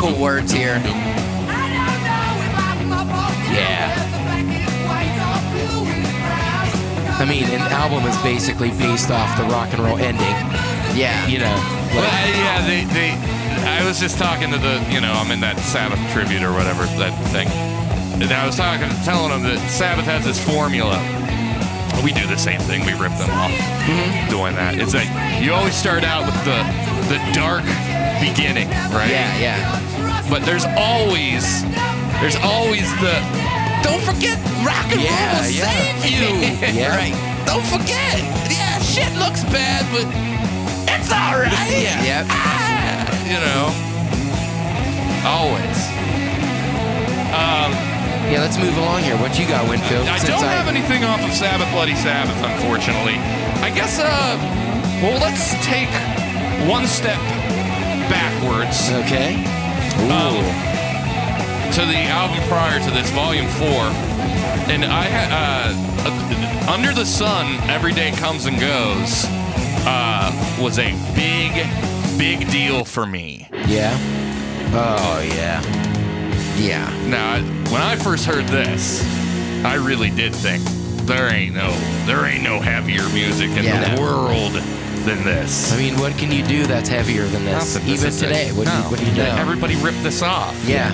Cool words here.
Yeah.
I mean, an album is basically based off the rock and roll ending.
Yeah.
You know,
Well,
like
I, yeah, they, they. I was just talking to the, you know, I'm in that Sabbath tribute or whatever that thing, and I was talking, telling them that Sabbath has this formula. We do the same thing. We rip them off
Mm-hmm.
doing that. It's like you always start out with the the dark beginning, right?
Yeah, yeah.
But there's always there's always the don't forget rock and roll will
yeah.
save
[LAUGHS]
you. [LAUGHS]
Yeah.
Don't forget. Yeah, shit looks bad, but it's all right.
Yep.
Ah, [LAUGHS] you know, always.
yeah. Let's move along here. What you got, Winfield?
I
Since
don't have anything off of Sabbath Bloody Sabbath, unfortunately. I guess. Uh, well, let's take one step backwards.
[LAUGHS] Okay.
um, to the album prior to this, Volume Four, and I ha- uh, uh, Under the Sun, Every Day Comes and Goes, uh, was a big, big deal for me.
Yeah. Oh yeah.
Yeah.
Now, I- when I first heard this, I really did think there ain't no, there ain't no heavier music in
Yeah.
the world than this.
I mean, what can you do that's heavier than this?
Nothing.
Even
is it.
today, what, do you,
No.
what do you know?
Everybody ripped this off.
yeah.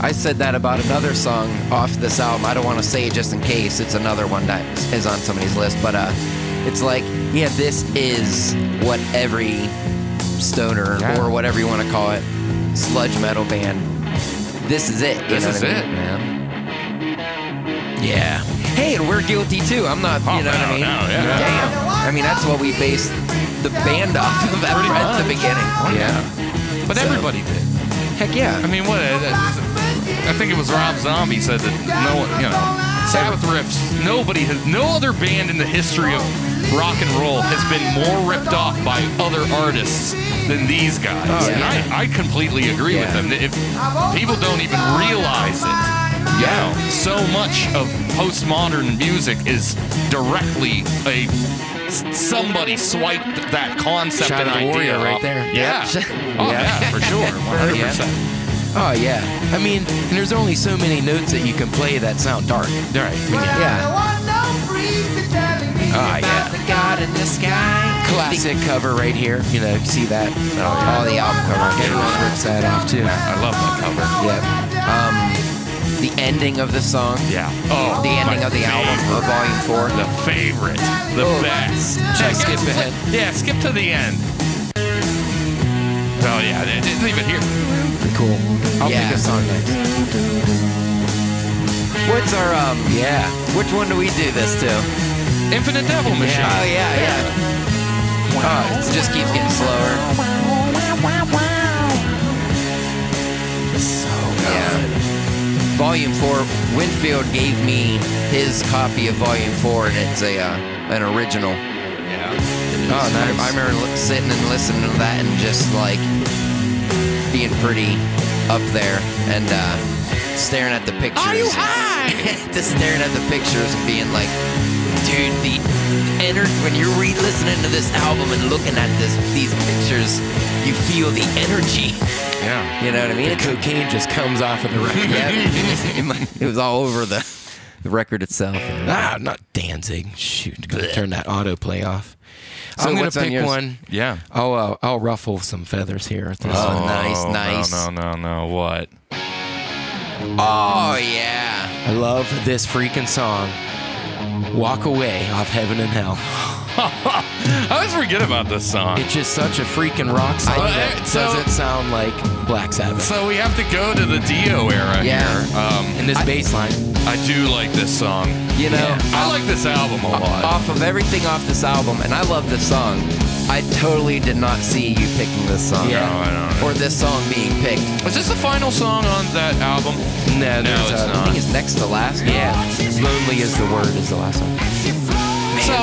I said that about another song off this album. I don't want to say it just in case it's another one that is on somebody's list, but uh, it's like, yeah, this is what every stoner
Yeah.
or whatever you want to call it, sludge metal band. This is it. You
This
know
is
what I mean?
it,
man. Yeah. Hey, and we're guilty too. I'm not.
Oh,
you know what I
no,
mean?
no, yeah.
Damn. I mean, that's what we based the band off of at
Pretty
right at the
much.
beginning.
But everybody did.
Heck yeah.
I mean, what? uh, I think it was Rob Zombie said that no one, you know, Sabbath riffs. Nobody has, no other band in the history of rock and roll has been more ripped off by other artists than these guys. and I, I completely agree
Oh, Yeah.
with them. If people don't even realize it, you know, so much of postmodern music is directly a somebody swiped that concept
Shadow
and
the
idea
Warrior right
off.
there.
Yeah.
[LAUGHS]
Oh yeah, for sure, 100. percent
Oh yeah. I mean, and there's only so many notes that you can play that sound dark.
Right.
yeah.
Ah, yeah.
The God in the sky.
Classic cover right here. You know, see that?
Oh,
All the album cover. Everyone rips that off too.
I love that cover.
Yep. Um, the ending of the song.
Yeah. Oh,
The ending
my
of the album
favorite.
of Volume Four.
The favorite. The
Oh,
best.
just skip
Check out-
ahead.
Yeah, skip to the end. Oh yeah, it- it- leave it here.
Cool. I'll
Yeah.
pick a song next.
What's our um?
Yeah.
Which one do we do this to?
Infinite Devil Machine.
Oh yeah, yeah. Oh, it just keeps getting slower. Yeah. Volume four. Winfield gave me his copy of Volume four, and it's a uh, an original. Oh, and I, I remember li- sitting and listening to that, and just like being pretty up there, and uh, staring at the pictures. Are you high? [LAUGHS] just staring at the pictures and being like, dude, the energy when you're re-listening to this album and looking at this these pictures, you feel the energy.
Yeah.
You know what I mean?
The cocaine just comes off of the record. [LAUGHS]
Yeah, [LAUGHS] it was all over the, the record itself.
Oh,
Ah, not Danzig. Shoot, gotta turn that autoplay off.
So
I'm gonna
what's on
pick
yours?
one.
Yeah.
I'll uh, I'll ruffle some feathers here. At this
Oh,
one.
nice,
Oh,
nice.
No, no, no, no. What?
Oh yeah,
I love this freaking song. Walk away off heaven and hell.
I always forget about this song.
It's just such a freaking rock song
I-
that
so-
doesn't sound like Black Sabbath.
So we have to go to the Dio era
Yeah.
here. Um,
And this bass line.
I do like this song.
you know,
I like this album a lot.
Uh, off of everything off this album, and I love this song. I totally did not see you picking this song.
Yeah.
No, I don't know.
Or this song being picked.
Is this the final song on that album?
No,
No,
there's
it's
a-
not.
I think it's next to last.
Yeah, lonely is the word is the last one.
So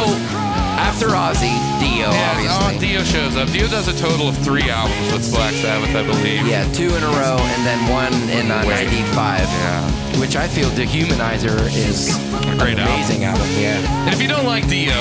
after Ozzy, Dio,
Yeah, oh,
obviously.
Dio shows up. Dio does a total of three albums with Black Sabbath, I believe.
Yeah, two in a row, and then one in uh,
Wait.
'95.
Yeah.
Which I feel Dehumanizer is
Great
an
album.
amazing album. Yeah,
And if you don't like Dio,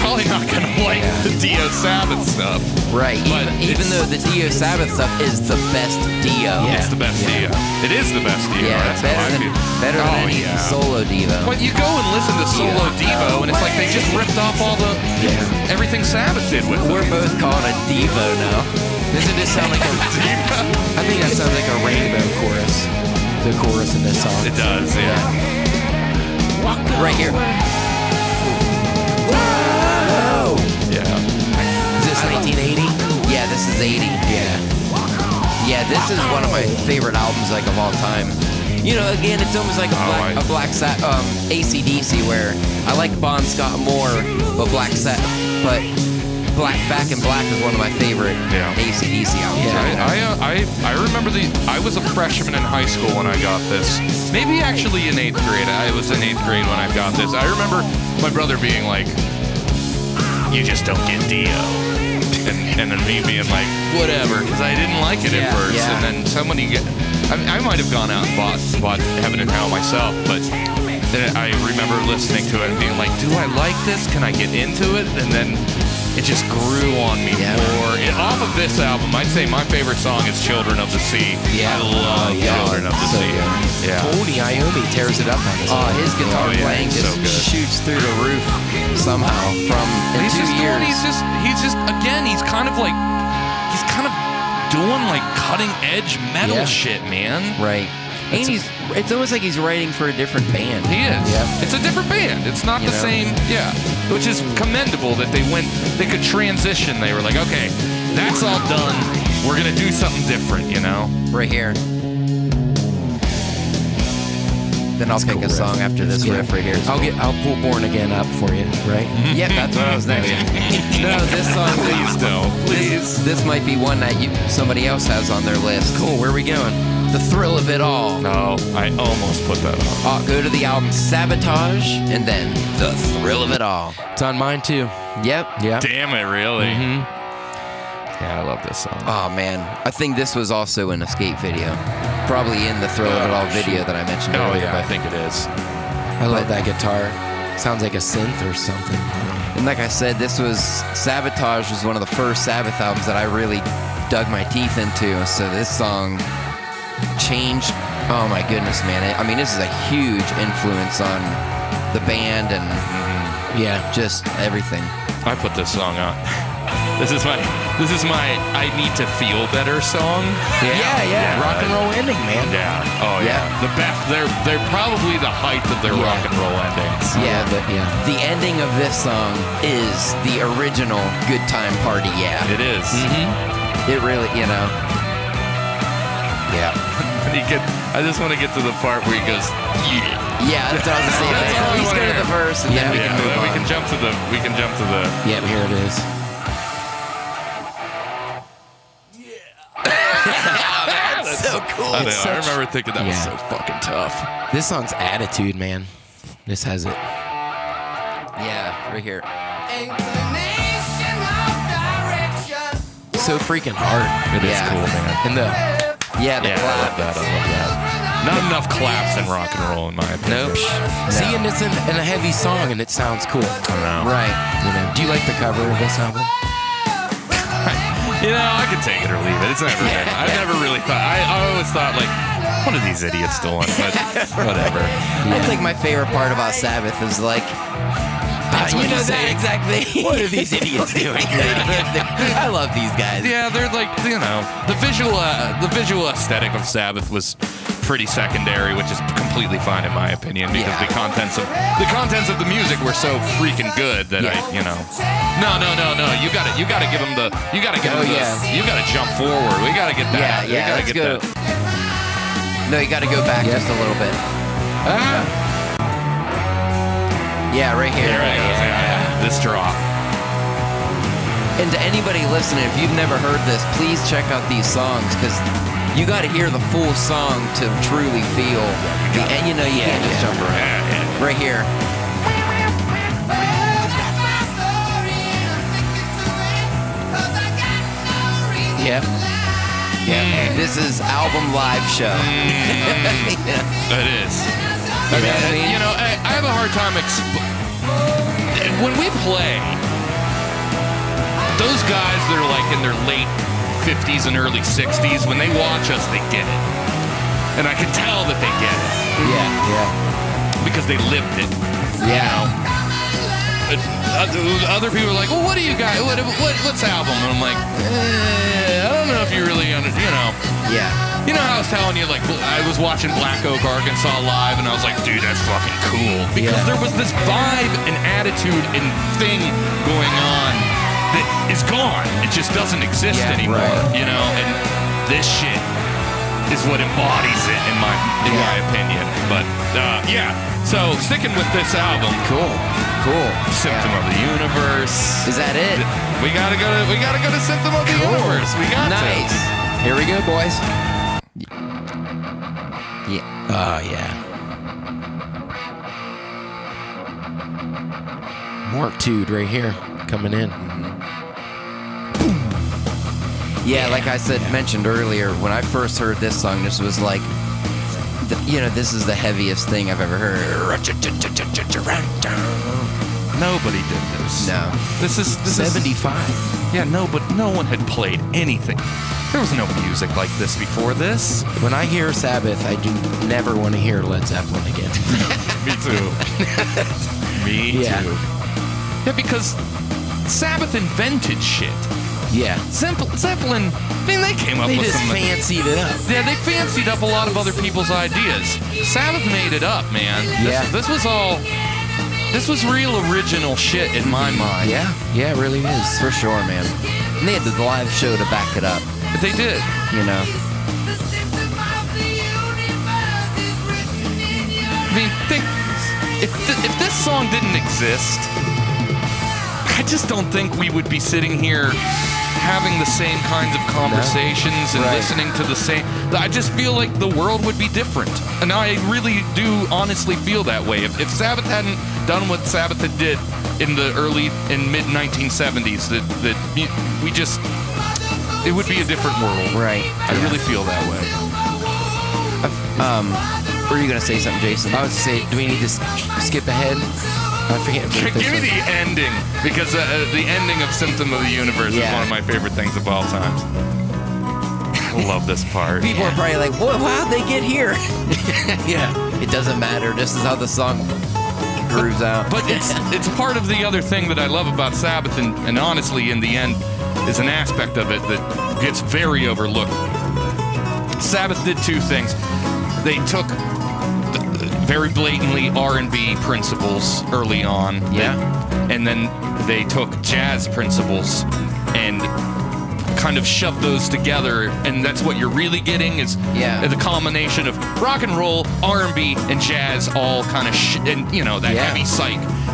probably not gonna [LAUGHS] like
Yeah.
the Dio Sabbath stuff.
Right.
But
Even, even
it's-
though the Dio Sabbath stuff is the best Dio.
It's the best Dio. It is the best Dio.
Yeah,
That's how I
better than
feel.
better than
oh,
any
yeah.
solo diva.
But you go and listen to Solo Devo, and it's like they just ripped off all the
Yeah.
everything Sabbath did with
We're
them.
both called a divo now.
doesn't this sound like
[LAUGHS]
a?
Devo.
I think that sounds like a rainbow chorus. The chorus in this song.
It does, yeah.
Right here.
Yeah.
Is this 1980?
Yeah, this is 80.
Yeah.
Yeah, this is one of my favorite albums like of all time. You know, again, it's almost like a
Oh,
black,
I-
a black Sa- um, ACDC where I like Bon Scott more, but Black Sa- but Black Back in Black is one of my favorite
Yeah.
ACDC albums.
I, I, uh, I, I remember the. I was a freshman in high school when I got this. Maybe actually in eighth grade. I was in eighth grade when I got this. I remember my brother being like, You just don't get Dio. And, [LAUGHS] and then me being like, Whatever. Because I didn't like it at
Yeah,
first.
yeah.
And then somebody. Get, I, I might have gone out and bought, bought Heaven and Hell myself, but. Then I remember listening to it and being like, "Do I like this? Can I get into it?" And then it just grew on me
Yeah.
more. And off of this album, I'd say my favorite song is "Children of the Sea."
Yeah.
I love
Oh, yeah.
"Children of the
So
Sea."
good.
Yeah,
Tony Iommi tears it up on this.
Oh, his
Oh,
guitar
yeah,
playing
it's
just
so good.
shoots through the roof somehow from in
he's
two
just doing.
years.
He's just. He's just. Again, he's kind of like. He's kind of doing like cutting edge metal
Yeah.
shit, man.
Right. And he's it's almost like he's writing for a different band.
He is.
Yep.
It's a different band. It's not
You
the
know?
same. Yeah. Which is commendable that they went. They could transition. They were like, okay, that's all done. We're gonna do something different. You know.
Right here. Then I'll pick a song after this
Yeah.
riff right here.
I'll get. I'll pull Born Again up for you. Right.
Yep, that's what I
[LAUGHS]
was next. no, this song
Please don't.
This, this might be one that you somebody else has on their list.
Cool. Where are we going?
The thrill of it all.
No, I almost put that on.
Uh, go to the album Sabotage and then The Thrill of It All.
It's on mine too.
Yep. Mm-hmm.
Yeah.
Damn it, really? Yeah, I love this song.
Oh man, I think this was also an escape video. Probably in the Thrill of It All video that I mentioned
Oh
earlier.
yeah, I think it is.
I love that guitar. Sounds like a synth or something.
And like I said, this was Sabotage was one of the first Sabbath albums that I really dug my teeth into. So this song changed. Oh my goodness, man! I mean, this is a huge influence on the band and
Yeah.
just everything.
I put this song on. [LAUGHS] This is my this is my I need to feel better song.
Yeah. Yeah. Rock and roll ending, man.
Yeah. Oh yeah.
Yeah.
The best they're they're probably the height of their
Yeah.
rock and roll endings.
Yeah,
love it, yeah.
The ending of this song is the original "Good Time Party." Yeah,
It is.
Mm-hmm.
it really, you know. Yeah.
And you get I just want to get to the part where he goes, Yeah.
Yeah, that's what I was gonna say.
That's all I
At least go
wanna
to the
hear.
verse and then we
yeah,
can move
then
on.
we can jump to the we can jump to the
Yep. Here it is.
That's so cool. I, know, I remember thinking that was so
Yeah.
fucking tough.
This song's attitude, man. This has it.
yeah, right here.
Inclination of direction.
So freaking hard.
It is
Yeah.
cool, man.
And the
Yeah, the
Yeah, I love
clap.
that. I love that. Not enough claps in rock and roll, in my opinion.
nope. See, and it's in, in a heavy song, and it sounds cool.
I don't know.
Right.
You know, do you like the cover of this album?
[LAUGHS] You know, I could take it or leave it. It's never. been. I've never really thought. I, I always thought like, what are these idiots doing? But whatever.
That's like my favorite part about Sabbath is like. That's
what
[LAUGHS] you
you
know
say.
that [LAUGHS] exactly.
What are these idiots doing?
[LAUGHS] I love these guys.
Yeah, they're like you know the visual uh, the visual aesthetic of Sabbath was pretty secondary, which is completely fine in my opinion because
Yeah.
the contents of the contents of the music were so freaking good that I you know. No, no, no, no. You got to you got to give them the you got to give
Oh,
them the
yeah.
you got to jump forward. We got to get
Yeah,
that.
yeah,
we got to
let's
get
go.
that.
No, you got to go back just a little bit.
Ah,
Yeah, right here.
there it goes. Yeah, yeah. This drop.
And to anybody listening, if you've never heard this, please check out these songs because you got to hear the full song to truly feel. the, and you know you can't just jump around. Right here. Yep. Yeah. This is album live show. [LAUGHS] yeah.
That is.
You know what I mean?
You know, I, I have a hard time expl- when we play. Those guys that are like in their late 50s and early 60s, when they watch us, they get it, and I can tell that they get it
Yeah.
because they lived it.
Yeah. Yeah.
But oth- Other people are like, "Well, what do you guys? What, what what's album?" And I'm like, eh, "I don't know if you really under, you know."
Yeah.
You know how I was telling you, like, I was watching Black Oak, Arkansas live, and I was like, dude, that's fucking cool. Because
Yeah.
there was this vibe and attitude and thing going on that is gone. It just doesn't exist
Yeah,
anymore,
right.
you know? And this shit is what embodies it, in my in my opinion. But, uh, yeah. So, sticking with this album,
Cool. Cool.
Symptom of the Universe.
Is that it?
We gotta go to, we gotta go to Symptom of the Universe. We got
Nice.
to.
Here we go, boys.
Yeah.
Oh, yeah. Mark Tude right here coming in.
Yeah. Like I said, mentioned earlier, when I first heard this song, this was like, the, you know, this is the heaviest thing I've ever heard.
Nobody did this.
No.
This is this is
75.
yeah no, but no one had played anything. There was no music like this before this.
When I hear Sabbath, I do never want to hear Led Zeppelin again.
Me too. Me
Yeah.
too. Yeah, because Sabbath invented shit.
yeah.
Zeppel- Zeppelin, I mean, they came up
They
with
just
some.
fancied it up.
yeah, they fancied up a lot of other people's ideas. Sabbath made it up, man. This-
Yeah.
This, was all. This was real original shit in my mind.
Yeah. Yeah, it really is.
For sure, man. And they had the live show to back it up,
They did.
you know.
I mean, think if th- if this song didn't exist, I just don't think we would be sitting here having the same kinds of conversations and
Right.
listening to the same. I just feel like the world would be different, and I really do honestly feel that way. If, if Sabbath hadn't done what Sabbath had did in the early and mid 1970s, that that we- we just it would be a different world.
Right.
I really feel that way.
Were you gonna say something, Jason?
I would say, do we need to s- skip ahead? I forget. what
Give
this
me
was.
the ending because uh, uh, the ending of Symptom of the Universe is
Yeah.
one of my favorite things of all time. I love this part.
People are probably like, "What? How'd they get here?" [LAUGHS]
Yeah.
It doesn't matter. This is how the song grooves out.
But it's it's part of the other thing that I love about Sabbath, and, and honestly, in the end, is an aspect of it that gets very overlooked. Sabbath did two things. They took th- very blatantly R&B principles early on.
Yeah.
And then they took jazz principles and kind of shoved those together and that's what you're really getting is
Yeah.
the combination of rock and roll, R&B and jazz all kind of sh- and you know that
Yeah.
heavy psych.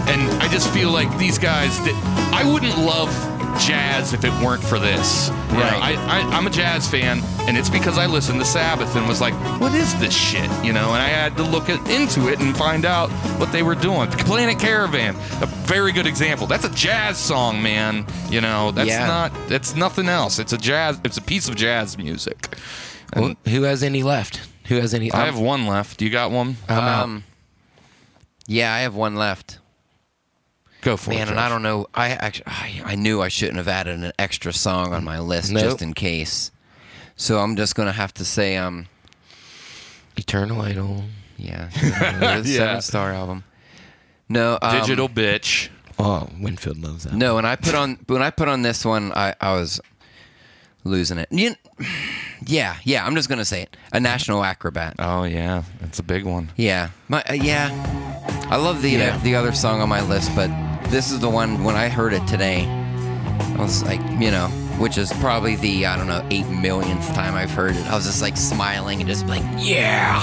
And I just feel like these guys did I wouldn't love jazz if it weren't for this. You know,
Right.
I, I, I'm a jazz fan, and it's because I listened to Sabbath and was like, what is this shit? You know, and I had to look at, into it and find out what they were doing. Planet Caravan, a very good example. That's a jazz song, man. You know, that's
Yeah.
not, that's nothing else. It's a jazz, it's a piece of jazz music.
Well, who has any left? Who has any?
I have one left. You got one? Uh,
I'm out.
Um, yeah, I have one left,
Go for it.
man, and
Josh.
I don't know. I actually, I, I knew I shouldn't have added an extra song on my list
Nope.
just in case. So I'm just gonna have to say, um,
Eternal Idol.
[LAUGHS]
yeah, the
Yeah.
Seven Star album. No, um,
Digital bitch.
Oh, Winfield loves that.
No, when I put on when I put on this one, I, I was losing it. You, yeah, yeah. I'm just gonna say it. A national acrobat.
Oh, yeah. That's a big one.
Yeah, my uh, yeah. I love the
Yeah.
uh, the other song on my list, but this is the one when I heard it today. I was like, you know, which is probably the I don't know eight millionth time I've heard it. I was just like smiling and just like, yeah,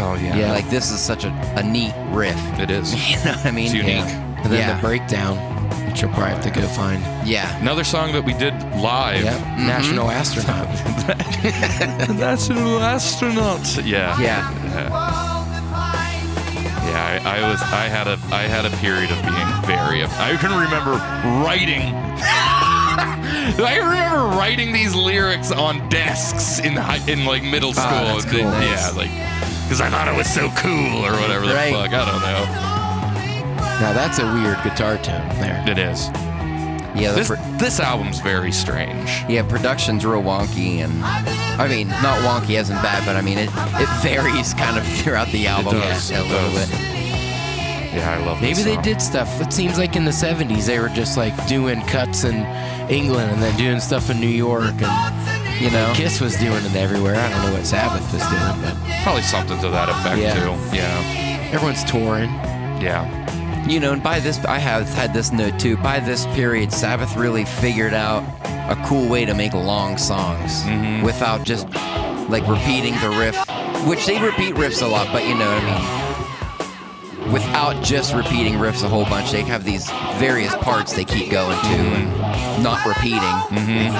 Oh, yeah.
yeah. Like this is such a, a neat riff. [LAUGHS]
It is.
You know what I mean?
It's unique.
Yeah.
And then
yeah.
the breakdown, which which you'll probably have to go find.
Yeah.
Another song that we did live.
Yep. National
Mm-hmm.
Astronaut.
National Astronauts. Yeah.
Yeah.
Yeah, I, I was. I had a. I had a period of being very. I can remember writing. [LAUGHS] I remember writing these lyrics on desks in hi- in like middle school.
Ah, that's cool.
Yeah, like because I thought it was so cool or whatever the
Right.
fuck. I
Now that's a weird guitar tone there.
don't know. It is.
Yeah. The
This
pro-
this album's very strange.
yeah. Production's real wonky, and I mean, not wonky as in bad, but I mean it. It varies kind of [LAUGHS] throughout the album
does,
yeah, a
it
little
does.
bit.
Yeah, I love.
Maybe
this
they
song.
did stuff. It seems like in the 70s they were just like doing cuts in England and then doing stuff in New York and
You know.
Kiss was doing it everywhere. I don't know what Sabbath was doing,
probably something to that effect
Yeah.
too. Yeah.
but everyone's touring.
Yeah.
You know, and by this, I have had this note too. By this period, Sabbath really figured out a cool way to make long songs
Mm-hmm.
without just like repeating the riff, which they repeat riffs a lot, but you know what I mean. Without just repeating riffs a whole bunch, they have these various parts they keep going to
Mm-hmm.
and not repeating. Mm-hmm.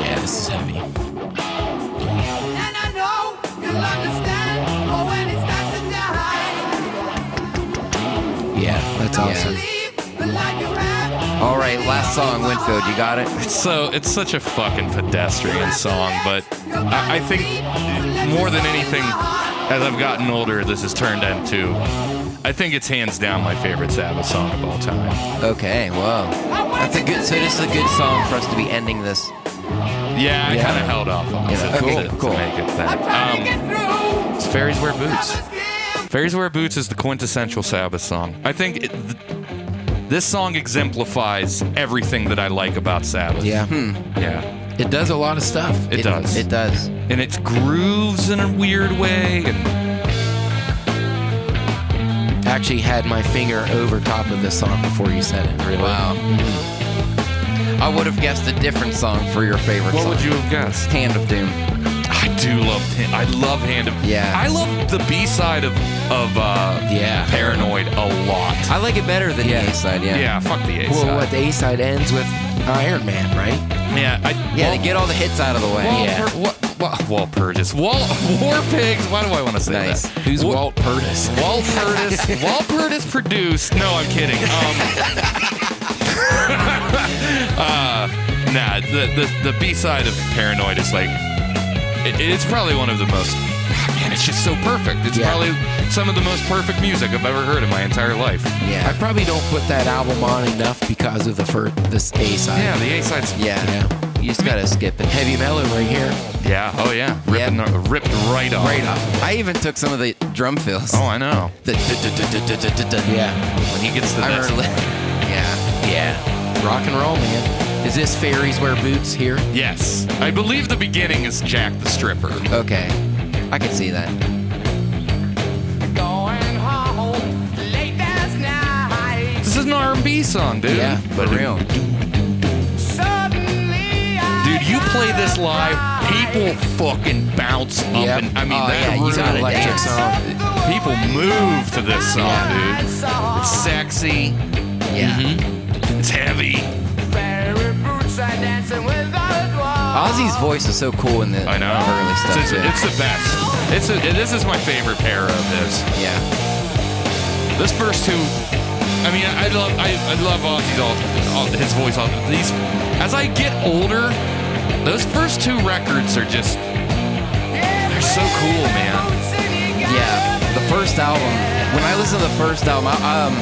Yeah, this is heavy. Yeah, that's awesome.
All right, last song, Winfield, you got it?
So it's such a fucking pedestrian song, but I, I think more than anything, as I've gotten older, this has turned into. I think it's hands down my favorite Sabbath song of all time.
Okay, whoa. That's a good, so this is a good song for us
Um,
to be ending this.
Yeah, I
Yeah.
kind of held off on
Yeah,
it
cool,
to, to
cool.
make it that. Um, it's Fairies Wear Boots. Fairies Wear Boots is the quintessential Sabbath song. I think it, th- this song exemplifies everything that I like about Sabbath.
Yeah,
Yeah.
Hmm. it does a lot of stuff.
It, does.
It does.
and it's grooves in a weird way and
Actually, had my finger over top of this song before you said it. Really?
Wow. I would have guessed a different song for your favorite
what
song.
would you have guessed
Hand of Doom.
i do love Han- i love hand of
Yeah.
i love the b-side of of uh
Yeah.
paranoid a lot
I like it better than the A side, yeah.
yeah, fuck the a-side
Well, what the A side ends with Iron Man, right?
yeah i
Yeah,
Wal-
to get all the hits out of the way.
Wal-
yeah.
Pur- Wa- Wa- Wal Purgis. Wal- War Pigs. Why do I want to say
Nice.
that?
Who's
Wa-
Walt Purtis?
[LAUGHS]
Walt Purtis. Walt Purtis produced. No, I'm kidding. Um, [LAUGHS] uh, uh, nah, the, the, the B side of Paranoid is like, it, it's probably one of the most, man, it's just so perfect. It's
Yeah.
probably some of the most perfect music I've ever heard in my entire life.
I
Yeah.
probably don't put that album on enough because of the first this A side.
Yeah, the A side's.
Yeah. You just gotta skip it.
Heavy metal right here.
Yeah, oh yeah. Ripping, Ripped right off.
Right up.
I even took some of the drum fills. [LAUGHS]
Oh, I know.
The du-du-du-du-du-du-du.
Yeah.
When he gets to
I
this.
remember. Yeah.
Yeah. Rock and roll, man. Is this fairies wear boots here?
Yes. I believe the beginning is Jack the Stripper.
Okay. I can see that.
This is an R&B song, dude.
Yeah.
For real.
Dude, you play this live, people fucking bounce up
Yep.
and I mean
Oh,
that
yeah, you
room-
It's an
gotta
electric
dance.
song.
people move to this song,
Yeah.
dude. It's sexy, Mm-hmm.
Yeah.
it's heavy.
Ozzy's voice is so cool in the
I know.
early stuff.
It's,
too.
it's the best. It's a, this is my favorite pair of his.
yeah.
This first two, I mean, I I love I, I love Ozzy's all, all his voice. All these, as I get older, those first two records are just they're so cool, man.
Yeah, the first album. When I listen to the first album, I, um,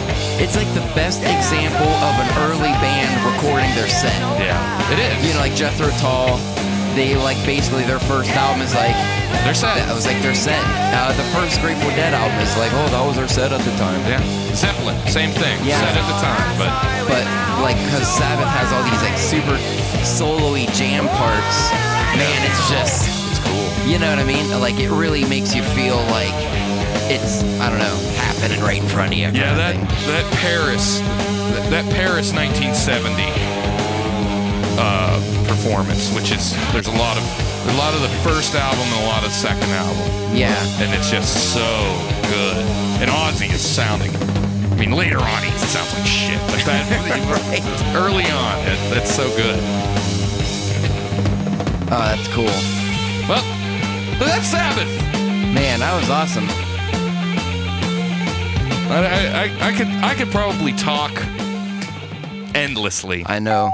it's like the best example of an early band recording their set.
Yeah, it is.
You know, like Jethro Tull, they like basically their first album is like
they're sad.
that was like their set. Uh, the first Grateful Dead album is like, oh, that was their set at the time.
Yeah. Zeppelin, same thing.
Yeah.
Said at the time, but
But like, cause Sabbath has all these like super solo-y jam parts. Man, it's just
it's cool.
You know what I mean? Like it really makes you feel like it's I don't know happening right in front of you.
Yeah,
kind of
that
thing.
that Paris, that, that Paris 1970 uh, performance, which is there's a lot of a lot of the first album and a lot of second album,
Yeah,
and it's just so good. And Ozzy is sounding
I mean, later on, he sounds like shit, but that, early on, that, that's so good.
Oh, that's cool.
Well, that's Sabbath.
Man, that was awesome.
I, I, I, I could I could probably talk endlessly.
I know.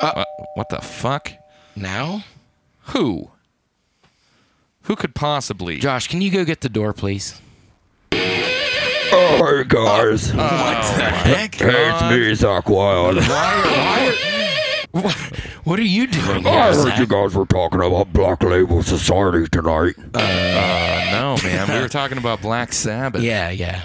Uh, what the fuck?
Now?
Who? Who could possibly?
Josh, can you go get the door, please?
Oh, guys.
Heck, God.
me, Zach Wild.
What are you doing?
I heard you guys were talking about Black Label Society tonight.
no, man. We were talking about Black Sabbath.
Yeah, yeah.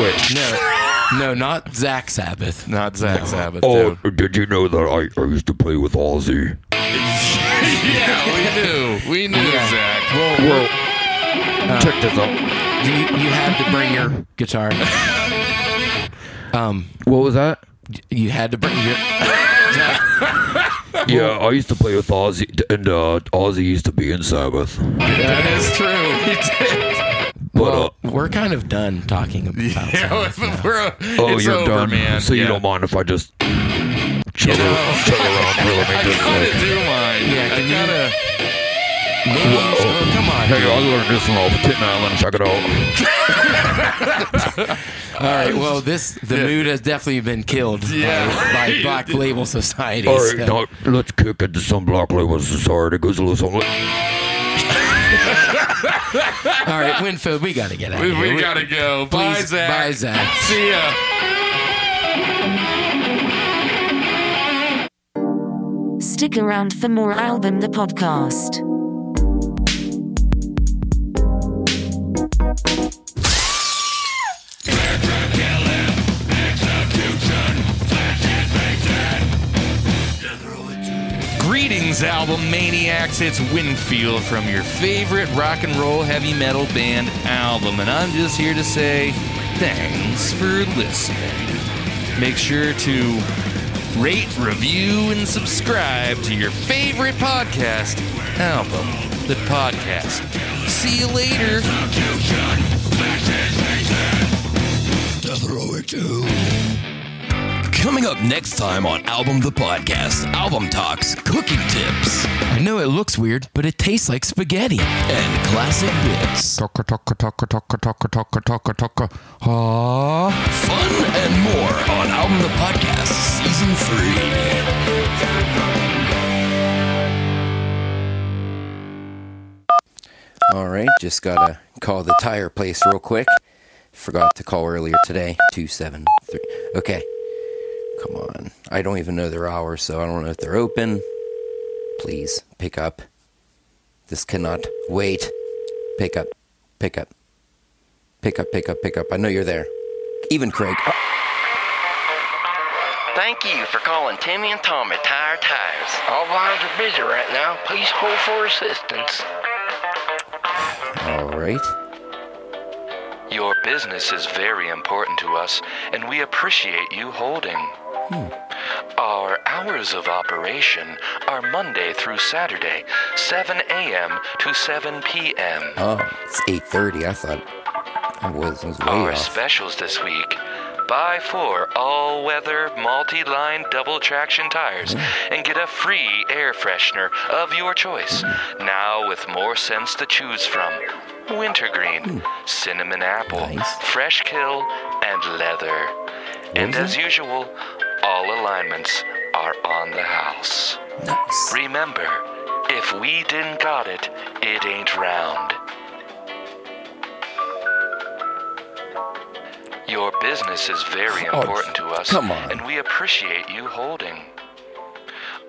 Which?
No, no, not Zach Sabbath.
Not Zach Sabbath.
Oh,
dude.
did you know that I, I used to play with Ozzy?
yeah, we knew. We knew Zach.
Well, check this out.
You, you had to bring your guitar. Um,
What was that?
you had to bring your.
Yeah, I used to play with Ozzy, and uh, Ozzy used to be in Sabbath.
That is true. He did.
But uh,
Well, we're kind of done talking about.
Yeah,
Sabbath.
but we're,
oh,
it's
you're
over,
done,
man.
So
yeah. [LAUGHS]
you don't mind if I just chill,
know.
chill around for a minute?
I gotta [LAUGHS] do mine.
Yeah,
I
can you-
gotta.
Oh, come on.
Hey, I learned this one off Tin Island. Check it out.
All right. Well, this the mood has definitely been killed
Yeah.
[LAUGHS]
by, by Black Label Society.
All
so-
right, now let's kick it to some Black Label Society. Goes a little something.
all right, Winfield, we gotta get out.
We,
of here.
we gotta go. Bye,
please,
Zach.
Bye, Zach.
See ya.
Stick around for more Album the Podcast.
Greetings, album maniacs. It's Winfield from your favorite rock and roll heavy metal band album, and I'm just here to say thanks for listening. Make sure to rate, review, and subscribe to your favorite podcast album, the podcast. See you later.
Coming up next time on Album the Podcast, album talks, cooking tips,
I know it looks weird, but it tastes like spaghetti.
and classic bits. Fun and more on Album the Podcast Season 3.
All right, just gotta call the tire place real quick. Forgot to call earlier today. Two seven three. Okay, come on. I don't even know their hours, so I don't know if they're open. Please pick up. This cannot wait. Pick up, pick up, pick up, pick up, pick up. I know you're there. Even Craig. Thank you for calling Timmy and Tom at Tire Tires.
All lines are busy right now. Please hold for assistance.
All right.
Your business is very important to us, and we appreciate you holding.
Hmm.
Our hours of operation are Monday through Saturday, 7 a.m. to 7 p.m.
Oh, it's eight thirty. I thought I was, Oh, I was way
Our
off.
specials this week. Buy four all weather multi line double traction tires and get a free air freshener of your choice. Now with more scents to choose from wintergreen, cinnamon apple,
Nice.
fresh kill, and leather. And as usual, all alignments are on the house.
Nice.
Remember, if we didn't got it, it ain't round. Your business is very
Oh,
important to us,
come on.
and we appreciate you holding.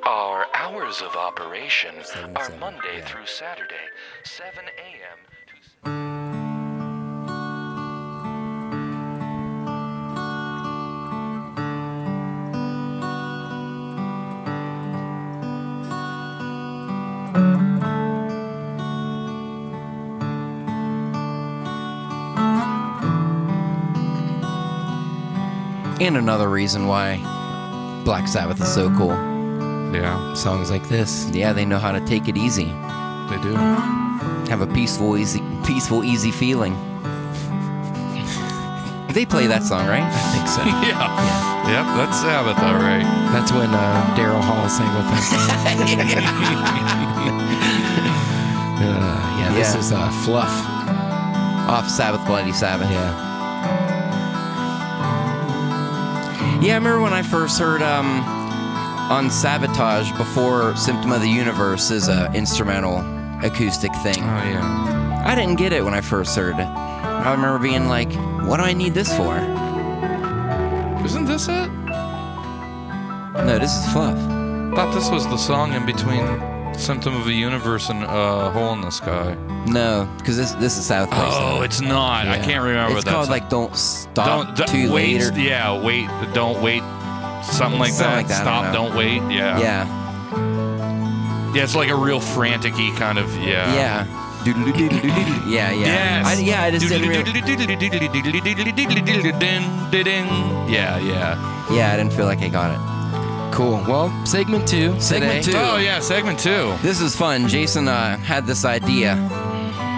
Our hours of operation
Seven,
are
seven,
Monday
yeah.
through Saturday, 7 a.m. to
And another reason why Black Sabbath is so cool.
Yeah,
Songs like this.
Yeah, they know how to take it easy,
they do.
have a peaceful, easy, peaceful, easy feeling. They play that song, right?
I think so.
yeah. Yep, that's Sabbath, all right.
That's when uh, Daryl Hall sang with us. [LAUGHS] uh, [LAUGHS] yeah, this
Yeah.
is uh, Fluff.
Off Sabbath, Bloody Sabbath.
Yeah.
Yeah, I remember when I first heard um, on Sabotage before Symptom of the Universe is a instrumental acoustic thing.
Oh, yeah.
I didn't get it when I first heard it. I remember being like, what do I need this for?
Isn't this it?
No, this is fluff.
thought this was the song in between Symptom of the Universe and uh, Hole in the Sky.
No, because this, this is Sabbath. Bloody Sabbath.
Oh, it's not. I can't remember
It's
that.
called
song.
like Don't Stop
don't d-
Too
wait.
Later.
Yeah, wait. Don't wait. Something like that.
Something like that, I
Stop.
don't
Don't wait. Yeah.
Yeah.
Yeah, It's like a real frantic kind of. Yeah.
Yeah. Doodle-doo-doo-doo-doo-doo. Yeah, yeah.
Yes.
I, yeah, I just didn't really,
Yeah, yeah.
Yeah, I didn't feel like I got
Cool. Well, segment two.
it. Segment two.
Oh yeah, segment two.
This is fun. Jason uh, had this idea,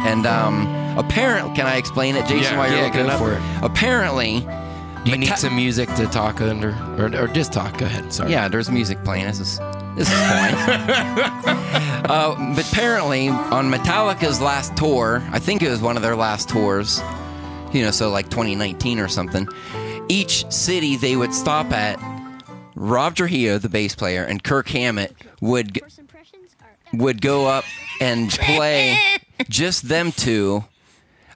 and um, apparently, can I explain it, Jason?
Yeah,
while you're
yeah,
looking
go
it up?
for it.
Apparently,
Do you need
Meta-
some music to talk under, or, or just talk? Go ahead. Sorry.
yeah, there's music playing. This is this is fun. uh, but apparently, on Metallica's last tour, I think it was one of their last tours. You know, so like 2019 or something. Each city they would stop at, Rob Trujillo, the bass player, and Kirk Hammett would g- would go up
[LAUGHS]
and play just them two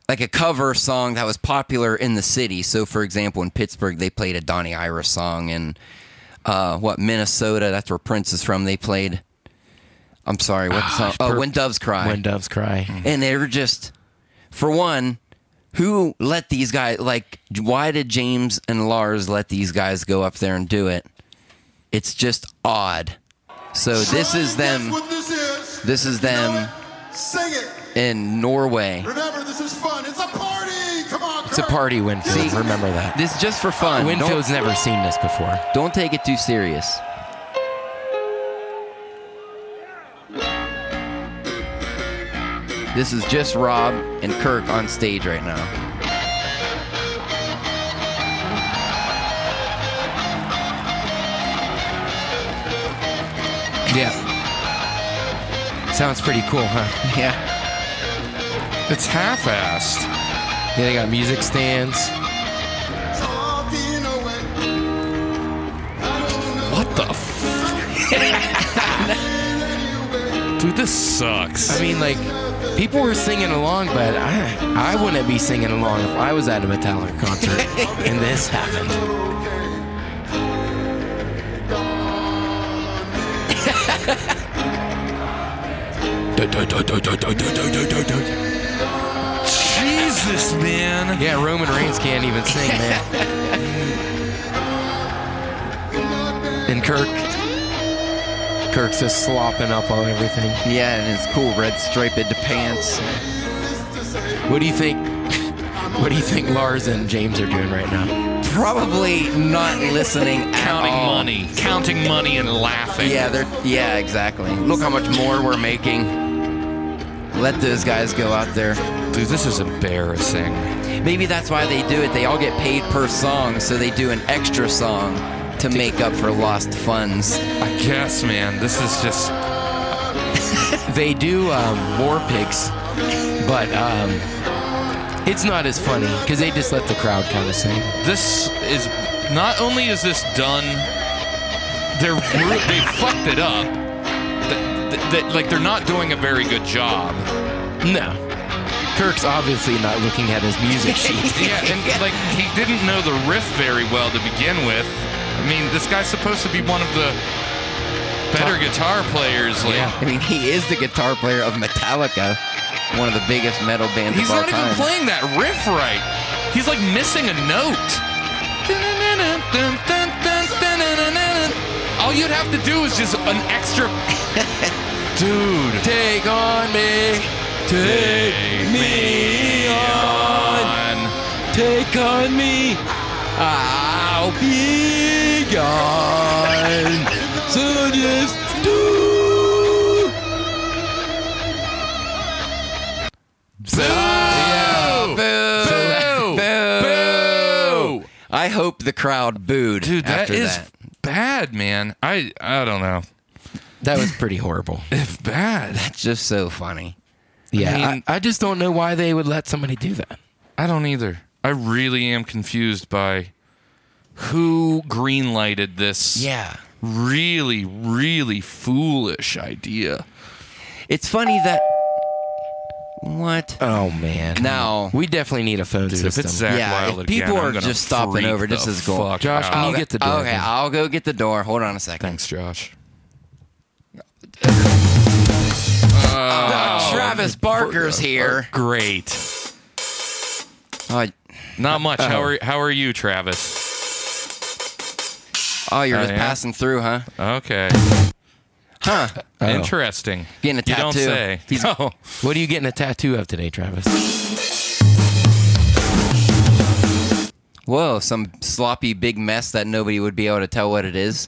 like a cover song that was popular in the city. So, for example, in Pittsburgh, they played a Donny Ira song, and uh, what Minnesota? That's where Prince is from. They played. I'm sorry, what song? Oh, When Doves Cry.
Ah, When doves cry.
and they were just, for one, who let these guys like? Why did James and Lars let these guys go up there and do it? It's just odd. So this is them.
this is.
This is them
Sing it.
in Norway.
Remember, this is fun. It's a party. Come on,
It's a party, Winfield.
See-
Remember that.
This is just for fun. Don't-
Winfield's never seen this before.
Don't take it too serious. This is just Rob and Kirk on stage right now.
Yeah. Sounds pretty cool, huh?
Yeah.
It's half-assed.
Yeah, they got music stands.
What the? F- Dude, this sucks.
I mean, like, people were singing along, but I, I wouldn't be singing along if I was at a Metallica concert and this happened.
Jesus, man.
Yeah, Roman Reigns can't even sing, man. and Kirk, Kirk's just slopping up on everything.
Yeah, and it's cool red striped pants.
What do you think? [LAUGHS] What do you think Lars and James are doing right now?
Probably not listening at
Counting
all.
money, counting money, and laughing.
Yeah, they're yeah, exactly. Look how much more we're making. Let those guys go out there.
Dude, this is embarrassing.
Maybe that's why they do it. They all get paid per song, so they do an extra song to make up for lost funds.
I guess, man. This is just.
They do um, War Pigs, but um, it's not as funny because they just let the crowd kind of sing.
This is. Not only is this done, they're ru- they fucked it up. Th- th- th- like they're not doing a very good job.
No, Kirk's obviously not looking at his music sheet.
[LAUGHS] Yeah, and like he didn't know the riff very well to begin with. I mean, this guy's supposed to be one of the better guitar players. Like,
I mean, he is the guitar player of Metallica, one of the biggest metal bands
He's
of all
not
time.
even playing that riff right. He's like missing a note. All you'd have to do is just an extra. [LAUGHS] Dude.
Take on me,
Take me on.
take on me. I'll be gone. So just do.
Boo! Boo! Boo!
I hope the crowd booed.
Dude, that
after
is
that.
bad, man. I I don't know.
That was pretty horrible.
It's bad.
That's just so funny.
Yeah, I,
mean-
I, just don't know why they would let somebody do that.
I don't either. I really am confused by who greenlighted this.
Yeah.
Really, really foolish idea.
It's funny that. What?
Oh man.
Now-
we definitely need a phone
Dude, if
system.
it's Zach
Yeah,
Wilde
if people
again, I'm
are
gonna
just stopping
freak
over, this
the
is cool.
fuck
Josh, can
out.
you get the door?
Okay, I'll go get the door. Hold on a second.
Thanks, Josh. Oh.
Travis Barker's here.
Great.
Oh,
Not much. How are How are you, Travis?
oh, you're
Oh,
just
yeah?
passing through, huh?
Okay. [LAUGHS]
Huh?
Interesting.
Getting a
You don't
tattoo.
say. [LAUGHS] Oh,
He's-
No.
What are you getting a tattoo of today, Travis?
Whoa! Some sloppy big mess that nobody would be able to tell what
[LAUGHS]
it is.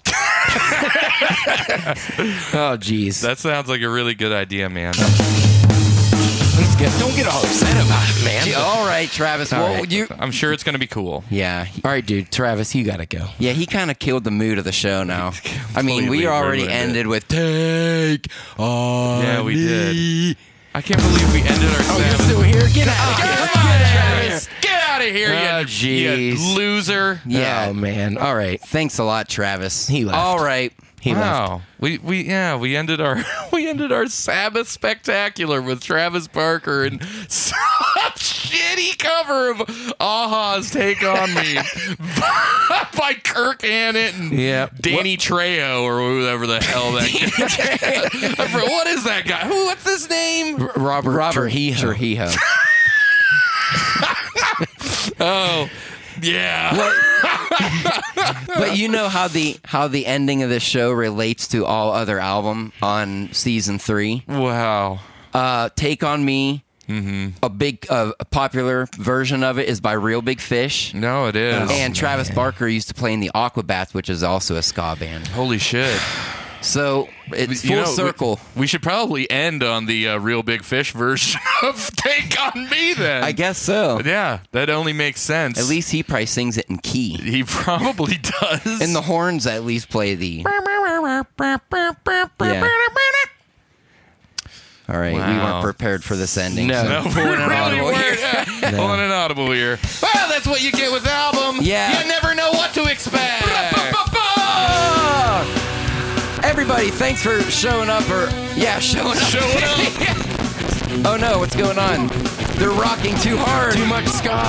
Oh, jeez.
That sounds like a really good idea, man.
Let's get- Don't get all upset about it, man.
Gee, All right, Travis.
All
well,
right.
you.
I'm sure it's going to be cool.
Yeah. he-
All right, dude. Travis, you gotta go.
Yeah, he kind of killed the mood of the
[LAUGHS]
show now. I mean, we
Completely
already
ruined it.
ended with take on
Yeah, we
me."
did. I can't believe we ended
[LAUGHS]
our
Oh, you're
Sabbath.
still here. Get out.
Come
Get
on, Travis. Get out of here,
Oh,
you,
jeez.
you loser.
Yeah.
Oh man. All right.
Thanks a lot, Travis.
He left.
All right.
He left.
Wow, we we yeah we ended our [LAUGHS] we ended our Sabbath spectacular with Travis Barker and [LAUGHS] some shitty cover of Aha's "Take on Me" [LAUGHS] by Kirk Annett and
Yeah.
Danny Trejo or whoever the hell that guy. I forgot- [LAUGHS] what is that guy? Who?
[LAUGHS]
What's his name?
Robert. Robert. He.
Trejo.
Oh, yeah. [LAUGHS]
but you know how the how the ending of this show relates to all other album on season three.
Wow.
Uh, Take on Me.
Mm-hmm.
A big, uh, a popular version of it is by Real Big Fish.
No, it is.
and Travis Barker used to play in the Aquabats, which is also a ska band.
Holy shit.
So it's full
You know, we-
circle.
We, should probably end on the uh, real big fish version [LAUGHS] of Take on Me then.
I guess so.
Yeah, that only makes sense.
At least he probably sings it in key.
he probably does.
And the horns at least play the. Yeah. All right, we
Wow.
weren't prepared for this ending.
No.
[LAUGHS]
so- [LAUGHS]
no, we [LAUGHS] really
audible
were. Yeah. Pulling an audible here. Well, that's what you get with the album.
Yeah.
You never know what to expect.
Everybody, thanks for showing up or yeah, showing up.
Showing up.
[LAUGHS] oh no, what's going on? They're rocking too hard.
Too much ska.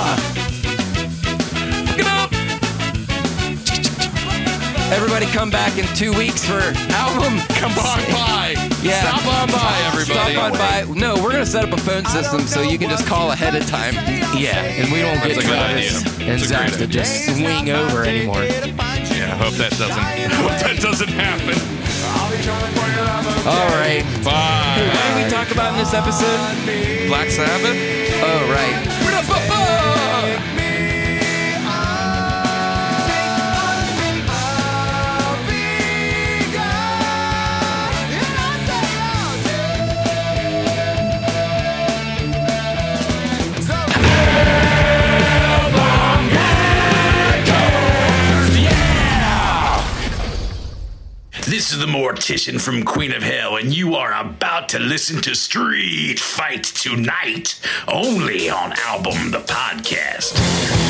Everybody come back in two weeks for album.
Come on by.
Yeah.
Stop on by, everybody.
Stop on by. No, we're gonna set up a phone system so you can just call ahead of time.
Yeah, and we don't
That's
get
a good
Travis
idea.
and
That's a
Zach
great
to
idea.
just swing over anymore.
Yeah, I hope that doesn't. [LAUGHS] Hope that doesn't happen.
All right.
Bye.
What did we talk about in this episode?
Black Sabbath.
Oh right.
This is the Mortician from Queen of Hell, and you are about to listen to Street Fight tonight, only on Album the Podcast.